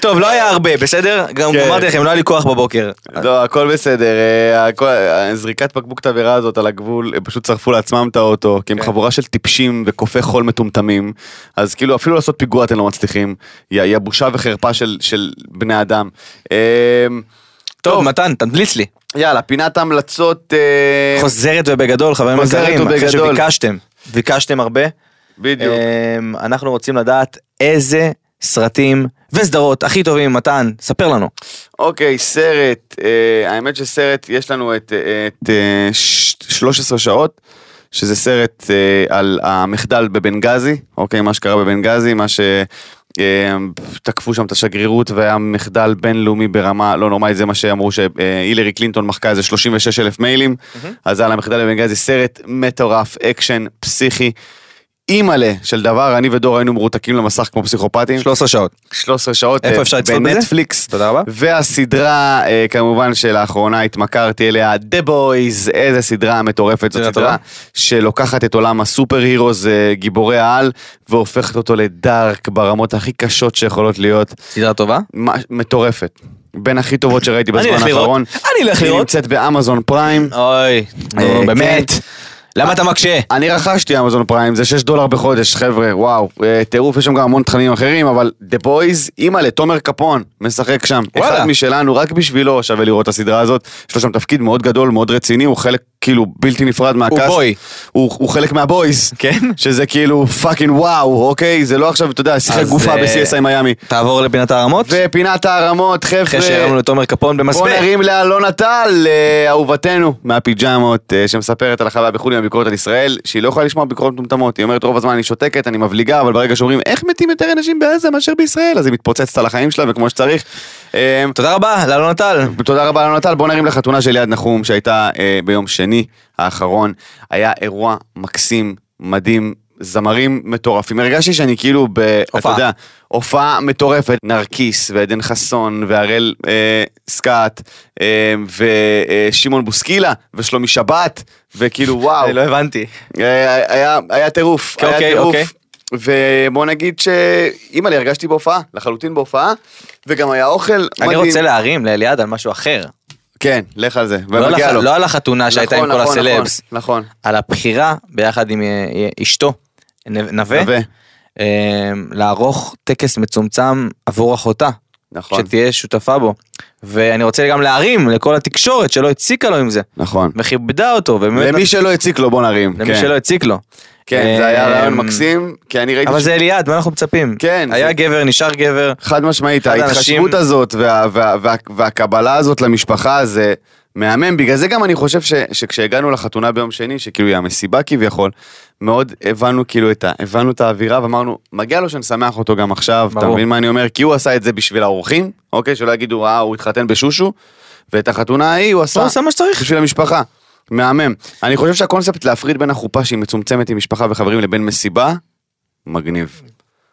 S3: טוב, לא היה הרבה, בסדר? גם
S2: כן.
S3: אמרתי לכם, לא היה לי כוח בבוקר.
S2: לא, הכל בסדר, אה, הכל- אה, זריקת בקבוק תבערה הזאת על הגבול, הם פשוט שרפו לעצמם את האוטו, כי הם
S3: כן.
S2: חבורה של טיפשים וקופי חול מטומטמים, אז כאילו אפילו לעשות פיגוע אתם לא מצליחים, יא יא בושה וחרפה של- של בני אדם. אה,
S3: טוב, מתן, תמליץ לי.
S2: יאללה, פינת המלצות, אה,
S3: חוזרת ובגדול, חברים
S2: חוזרת
S3: יקרים, אחרי
S2: ובגדול.
S3: שביקשתם, ביקשתם הרבה.
S2: בדיוק.
S3: אמ, אנחנו רוצים לדעת איזה סרטים וסדרות הכי טובים, מתן, ספר לנו.
S2: אוקיי, סרט, אה, האמת שסרט, יש לנו את אה, את, אה, ש- 13 שעות, שזה סרט אה, על המחדל בבנגזי, אוקיי, מה שקרה בבנגזי, מה ש... אה, תקפו שם את השגרירות והיה מחדל בינלאומי ברמה לא נורמלית, זה מה שאמרו שהילרי קלינטון מחקה איזה 36 אלף מיילים, אז על המחדל בבנגזי, סרט מטורף, אקשן, פסיכי, אימאלה של דבר, אני ודור היינו מרותקים למסך כמו פסיכופטים,
S3: 13 שעות.
S2: 13 שעות,
S3: איפה
S2: אה,
S3: אפשר לצפות בזה?
S2: בנטפליקס,
S3: תודה רבה.
S2: והסדרה אה, כמובן שלאחרונה התמכרתי אליה, The Boys, איזה סדרה מטורפת, זאת
S3: סדרה
S2: סדרה
S3: טובה.
S2: שלוקחת את עולם הסופר הירוס, אה, גיבורי העל, והופכת אותו לדארק ברמות הכי קשות שיכולות להיות,
S3: סדרה טובה?
S2: מה- מטורפת. בין הכי טובות שראיתי
S3: אני
S2: בזמן
S3: אלך לראות.
S2: האחרון.
S3: אני אלך
S2: היא
S3: לראות.
S2: נמצאת באמזון פריים.
S3: אוי,
S2: אה,
S3: נו,
S2: כן.
S3: באמת. למה אתה מקשה?
S2: אני רכשתי אמזון פריים, זה 6 דולר בחודש, חבר'ה, וואו. אה, טירוף, יש שם גם המון תכנים אחרים, אבל The Boys, אימא'לה, תומר קפון, משחק שם.
S3: וואלה.
S2: אחד משלנו, רק בשבילו שווה לראות את הסדרה הזאת. יש לו שם תפקיד מאוד גדול, מאוד רציני, הוא חלק כאילו בלתי נפרד מהקאסט.
S3: בוי.
S2: הוא, הוא חלק מהבויז.
S3: כן?
S2: שזה כאילו פאקינג וואו, אוקיי? זה לא עכשיו, אתה יודע, שיחק
S3: אז,
S2: גופה
S3: אה,
S2: ב-CSI מיאמי.
S3: תעבור לפינת הערמות?
S2: ופינת הערמות, חבר'ה.
S3: אחרי שהרמנו את תומר קפון
S2: בוא
S3: במסביר.
S2: נרים לאלונה טל, אה, אהובתנו מהפיג'מות, אה, שמספרת על החוויה בחו"ל עם הביקורת על ישראל, שהיא לא יכולה לשמוע ביקורות מטומטמות. היא אומרת, רוב הזמן אני שותקת, אני מבליגה, אבל ברגע שאומרים, איך מתים יותר אנשים בעזה מאשר בישראל? אז היא מתפוצצת על החיים שלה, וכמו שצריך. אה,
S3: תודה רבה, לאלונה טל.
S2: תודה רבה אלונה טל, בוא נרים לחתונה של יד נחום שהייתה אה, ביום שני האחרון. היה אירוע מקסים, מדהים, זמרים מטורפים. הרגשתי שאני כאילו ב... אתה
S3: הופעה.
S2: יודע, הופעה מטורפת. נרקיס ועדן חסון והראל אה, סקאט אה, ושמעון בוסקילה ושלומי שבת וכאילו
S3: <laughs>
S2: וואו.
S3: אני לא הבנתי.
S2: היה- היה היה טירוף, היה
S3: אוקיי,
S2: טירוף.
S3: אוקיי.
S2: ובוא נגיד שאימא'לה הרגשתי בהופעה, לחלוטין בהופעה, וגם היה אוכל מדהים.
S3: אני רוצה להרים לאליעד על משהו אחר.
S2: כן, לך על זה,
S3: לא על
S2: ומגיע
S3: הח-
S2: לו.
S3: לא על החתונה שהייתה עם
S2: נכון,
S3: כל
S2: נכון,
S3: הסלבס.
S2: נכון,
S3: על הבחירה ביחד עם אה, אה, אשתו, נ- נווה,
S2: נכון. נווה.
S3: אה, לערוך טקס מצומצם עבור אחותה,
S2: נכון,
S3: שתהיה שותפה בו. ואני רוצה גם להרים לכל התקשורת שלא הציקה לו עם זה,
S2: נכון.
S3: וכיבדה אותו, ובאמת,
S2: למי שלא הציק לו, בוא נרים.
S3: למי
S2: כן.
S3: שלא הציק לו.
S2: כן, זה היה
S3: אה,
S2: רעיון
S3: אה,
S2: מקסים, כי אני ראיתי
S3: אבל
S2: ש-
S3: זה אליעד, מה אנחנו מצפים?
S2: כן,
S3: היה
S2: זה-
S3: גבר, נשאר גבר.
S2: חד משמעית,
S3: אחד
S2: ההתחשבות
S3: האנשים-
S2: הזאת וה- וה- וה- והקבלה הזאת למשפחה זה מהמם, בגלל זה גם אני חושב ש- שכשהגענו לחתונה ביום שני, שכאילו היא המסיבה כביכול, מאוד הבנו כאילו את ה... הבנו את האווירה ואמרנו, מגיע לו שנשמח אותו גם עכשיו, אתה
S3: ברור.
S2: מבין מה אני אומר? כי הוא עשה את זה בשביל האורחים, אוקיי? שלא יגידו, אה, הוא התחתן בשושו, ואת החתונה ההיא הוא עשה
S3: הוא עושה מה שצריך.
S2: בשביל המשפחה. מהמם. אני חושב שהקונספט להפריד בין החופה שהיא מצומצמת עם משפחה וחברים לבין מסיבה, מגניב.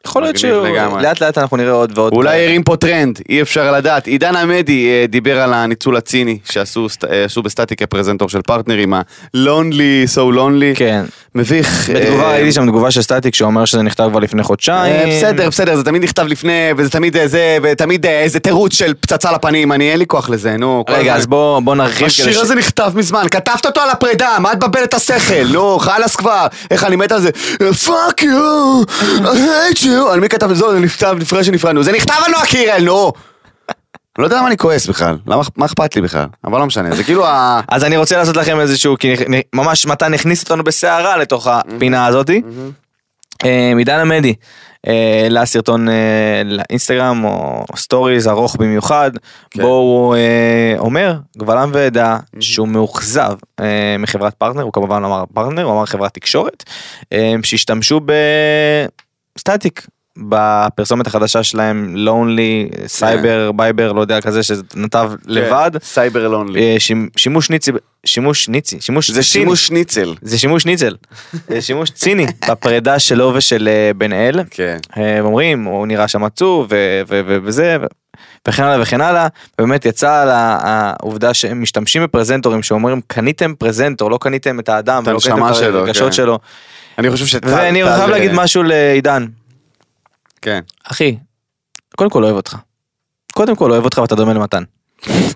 S3: יכול להיות
S2: מגניב לגמרי.
S3: שלאט לאט אנחנו נראה עוד ועוד.
S2: אולי הרים פה טרנד, אי אפשר לדעת. עידן עמדי אה, דיבר על הניצול הציני שעשו סט- אה, עשו בסטטיק כפרזנטור של פרטנרים, ה-Lonely, so lonely.
S3: כן.
S2: מביך.
S3: בתגובה
S2: אה,
S3: ראיתי שם תגובה של סטטיק שאומר שזה נכתב כבר לפני
S2: אה,
S3: חודשיים.
S2: בסדר, בסדר, זה תמיד נכתב לפני, וזה תמיד אה, זה, ותמיד אה, איזה תירוץ של פצצה לפנים, אני אין לי כוח לזה, נו. כל
S3: רגע,
S2: הזמן.
S3: אז בוא בוא נרחיב. כדי ש-
S2: השיר הזה נכתב מזמן, כתבת אותו על הפרידה, מה את מבלת את השכל? נו, חלאס כבר, איך אני מת על זה? פאק יו, I hate you, על מי כתב את זה? זה נכתב לפני שנפרדנו, זה נכתב על נועה קירל, נו! לא יודע למה אני כועס בכלל, למה, מה אכפת לי בכלל? אבל לא משנה, זה כאילו ה...
S3: אז אני רוצה לעשות לכם איזשהו, כי נכ- נכ- ממש מתן הכניס אותנו בסערה לתוך הפינה הזאתי. אה, עידן עמדי, אה, העלה סרטון אה, לאינסטגרם או סטוריז ארוך במיוחד,
S2: כן.
S3: בו הוא אה, אומר קבל עם ועדה שהוא מאוכזב אה, מחברת פרטנר, הוא כמובן לא אמר פרטנר, הוא אמר חברת תקשורת, אה, שהשתמשו בסטטיק. בפרסומת החדשה שלהם לונלי סייבר בייבר לא יודע כזה שזה נתב <laughs>
S2: כן.
S3: לבד
S2: סייבר לונלי.
S3: אה, שימ- שימוש ניצי, שימוש ניצי, שימוש
S2: זה
S3: ציני.
S2: שימוש ניצל.
S3: זה שימוש ניצל,
S2: <laughs>
S3: זה שימוש ציני בפרידה שלו ושל אה, בן אל.
S2: כן.
S3: אה, אומרים הוא נראה שם עצוב ו- ו- ו- וזה ו- וכן הלאה וכן הלאה באמת יצא על ה- העובדה שהם משתמשים בפרזנטורים שאומרים קניתם פרזנטור לא קניתם את האדם
S2: את
S3: ולא קניתם
S2: הנשמה
S3: את
S2: שלו,
S3: הרגשות
S2: כן.
S3: שלו
S2: אני חושב שטל...
S3: ואני
S2: טל,
S3: חייב
S2: אה,
S3: להגיד משהו לעידן
S2: כן.
S3: אחי קודם כל אוהב אותך קודם כל אוהב אותך ואתה דומה למתן.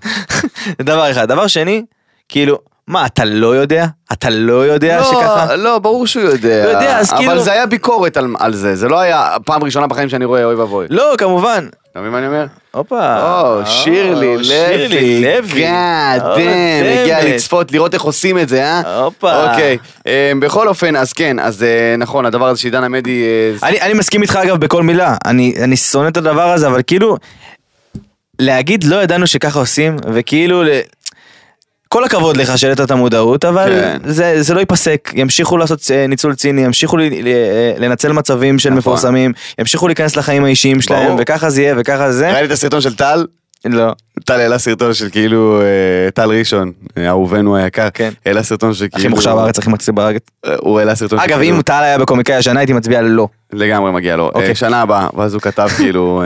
S3: <laughs> זה דבר אחד דבר שני כאילו מה אתה לא יודע אתה לא יודע שככה
S2: לא, לא, ברור שהוא יודע.
S3: הוא יודע, אז
S2: אבל
S3: כאילו-
S2: זה היה ביקורת על- על זה, זה לא היה פעם ראשונה בחיים שאני רואה אוי ואבוי.
S3: לא כמובן.
S2: אתה מבין מה אני אומר?
S3: הופה.
S2: או, שירלי לוי, גאד,
S3: Oh,
S2: דאם, הגיע
S3: damn it.
S2: לצפות, לראות איך עושים את זה, אה?
S3: הופה.
S2: אוקיי, אה, בכל אופן, אז כן, אז אה, נכון, הדבר הזה שעידן עמדי... אה, זה-
S3: אני, אני מסכים איתך אגב בכל מילה, אני, אני שונא את הדבר הזה, אבל כאילו, להגיד לא ידענו שככה עושים, וכאילו, ל... כל הכבוד לך שהעלית את המודעות, אבל
S2: כן.
S3: זה, זה לא ייפסק, ימשיכו לעשות אה, ניצול ציני, ימשיכו ל, ל, אה, לנצל מצבים של
S2: נכון.
S3: מפורסמים, ימשיכו להיכנס לחיים האישיים שלהם,
S2: ברור.
S3: וככה זה יהיה וככה זה.
S2: ראית את הסרטון של טל?
S3: אה. לא.
S2: טל העלה סרטון של כאילו, אה, טל ראשון, אה, אהובנו היקר,
S3: כן.
S2: העלה סרטון שכאילו...
S3: הכי מוכשר בארץ, הכי מצליח בארץ.
S2: אה, הוא העלה סרטון
S3: אגב,
S2: שכאילו-
S3: אם טל היה בקומיקאי השנה, הייתי מצביע לא.
S2: לגמרי מגיע לו.
S3: אוקיי.
S2: אה, שנה הבאה, ואז הוא
S3: <laughs>
S2: כתב כאילו,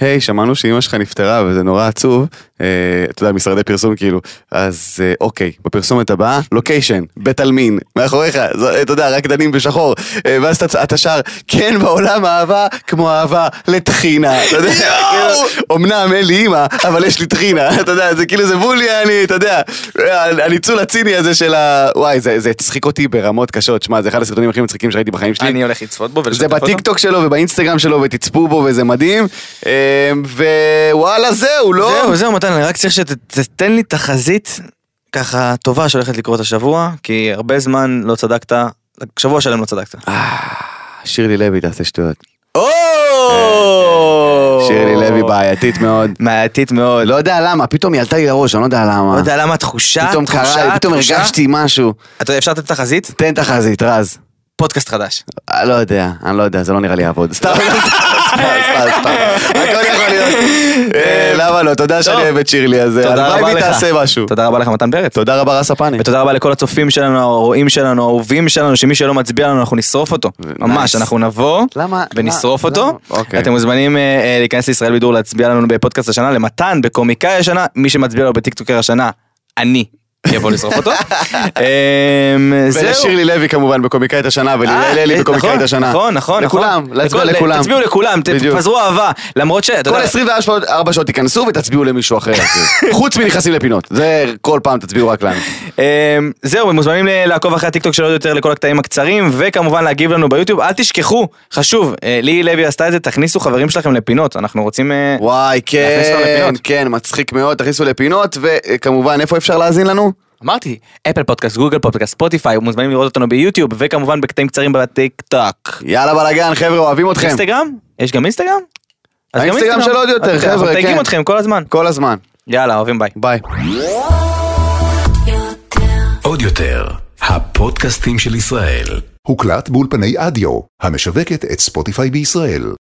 S2: אה, היי, שמענו שאימא שלך נפטרה וזה נורא עצוב, אה, אתה יודע, משרדי פרסום כאילו, אז אה, אוקיי, בפרסומת הבאה, לוקיישן, בית עלמין, מאחוריך, זו- אה, אתה יודע, רק דנים בשחור, אה, ואז אתה- אתה שר, כן בעולם אהבה כמו אהבה לטחינה, אתה יודע, כאילו, אמנם אין לי אימא, אבל יש לי טחינה, <laughs> אתה יודע, זה כאילו זה בוליאני, אתה יודע, אה, הניצול הציני הזה של ה... וואי, זה זה הצחיק אותי ברמות קשות, שמע, זה אחד הסרטונים הכי מצחיקים שראיתי בחיים שלי.
S3: אני הולך לצפות בו ולשתף
S2: כן. זה
S3: אותו.
S2: בטיקטוק שלו ובאינסטגרם שלו ותצפו בו וזה מדהים אה, ווואלה זהו לא
S3: זהו, זהו, מתן, אני רק צריך שתתן לי תחזית ככה טובה שהולכת לקרות השבוע, כי הרבה זמן לא צדקת, שבוע שלם לא צדקת.
S2: אה, שירלי לוי תעשה שטויות
S3: או!
S2: אה. שירלי לוי בעייתית מאוד
S3: מעייתית מאוד.
S2: לא יודע למה פתאום היא עלתה לי לראש אני לא יודע למה
S3: לא יודע למה התחושה,
S2: פתאום
S3: תחושה,
S2: קרה לי פתאום
S3: תחושה.
S2: הרגשתי משהו
S3: אתה יודע, אפשר לתת תחזית?
S2: תן תחזית רז
S3: פודקאסט חדש.
S2: אה, לא יודע אני לא יודע זה לא נראה לי יעבוד סתם <laughs> סתם סתם סתם הכל יכול להיות אה, למה לא תודה שאני
S3: טוב.
S2: אוהב את שירלי אז אה,
S3: תודה
S2: הלוואי
S3: רבה
S2: והיא
S3: לך.
S2: תעשה משהו
S3: תודה רבה לך, מתן פרץ.
S2: תודה רבה רס הפאני
S3: ותודה רבה לכל הצופים שלנו, הרואים שלנו, האהובים שלנו, שמי שלא מצביע לנו אנחנו נשרוף אותו. ממש, אנחנו נבוא
S2: למה-
S3: ונשרוף
S2: למה-
S3: אותו.
S2: למה? אוקיי.
S3: אתם מוזמנים אה, אה, להיכנס לישראל בידור להצביע לנו בפודקאסט השנה, למתן, בקומיקאי השנה, מי שמצביע לו בטיקטוקר השנה, אני. יבוא לשרוף
S2: <laughs>
S3: אותו. אמ, זהו.
S2: ולשירלי לוי כמובן בקומיקאית השנה,
S3: אה,
S2: וללי בקומיקאית
S3: נכון,
S2: השנה.
S3: נכון, נכון, נכון.
S2: לכולם, להצביע
S3: לכל-
S2: לכולם.
S3: תצביעו לכולם, ת-
S2: בדיוק.
S3: תפזרו אהבה. למרות שאתה
S2: כל
S3: יודע,
S2: 24 שעות- ארבע שעות תיכנסו ותצביעו למישהו אחר.
S3: <laughs>
S2: כאילו. חוץ מנכנסים לפינות. זה כל פעם תצביעו רק לנו.
S3: אמ, זהו, הם מוזמנים ל- לעקוב אחרי הטיקטוק של עוד יותר לכל הקטעים הקצרים, וכמובן להגיב לנו ביוטיוב. אל תשכחו, חשוב, אה, ליהי לוי עשתה את זה, תכניסו חברים שלכם לפינות, אנחנו רוצים... אה,
S2: וואי,
S3: <laughs> להכניס אותם
S2: כן,
S3: לפינות.
S2: כן, מצחיק מאוד, תכניסו לפינות, וכמובן, איפה אפשר להאזין לנו?
S3: אמרתי, אפל פודקאסט, גוגל פודקאסט, ספוטיפיי, מוזמנים לראות אותנו ביוטיוב, וכמובן בקטעים קצרים בטיקטוק.
S2: יאללה בלאגן, חבר'ה, אוהבים אתכם.
S3: אינסטגרם? יש גם אינסטגרם?
S2: כן.
S3: אז גם
S2: האינסטגרם של עוד יותר,
S3: אוקיי, אנחנו
S2: חבר'ה,
S3: מתייגים
S2: כן.
S3: אתכם כל הזמן.
S2: כל הזמן.
S3: יאללה, אוהבים ביי.
S2: ביי.
S1: עוד יותר, הפודקאסטים של ישראל.
S4: הוקלט באולפני אדיו, המשווקת את ספוטיפיי בישראל.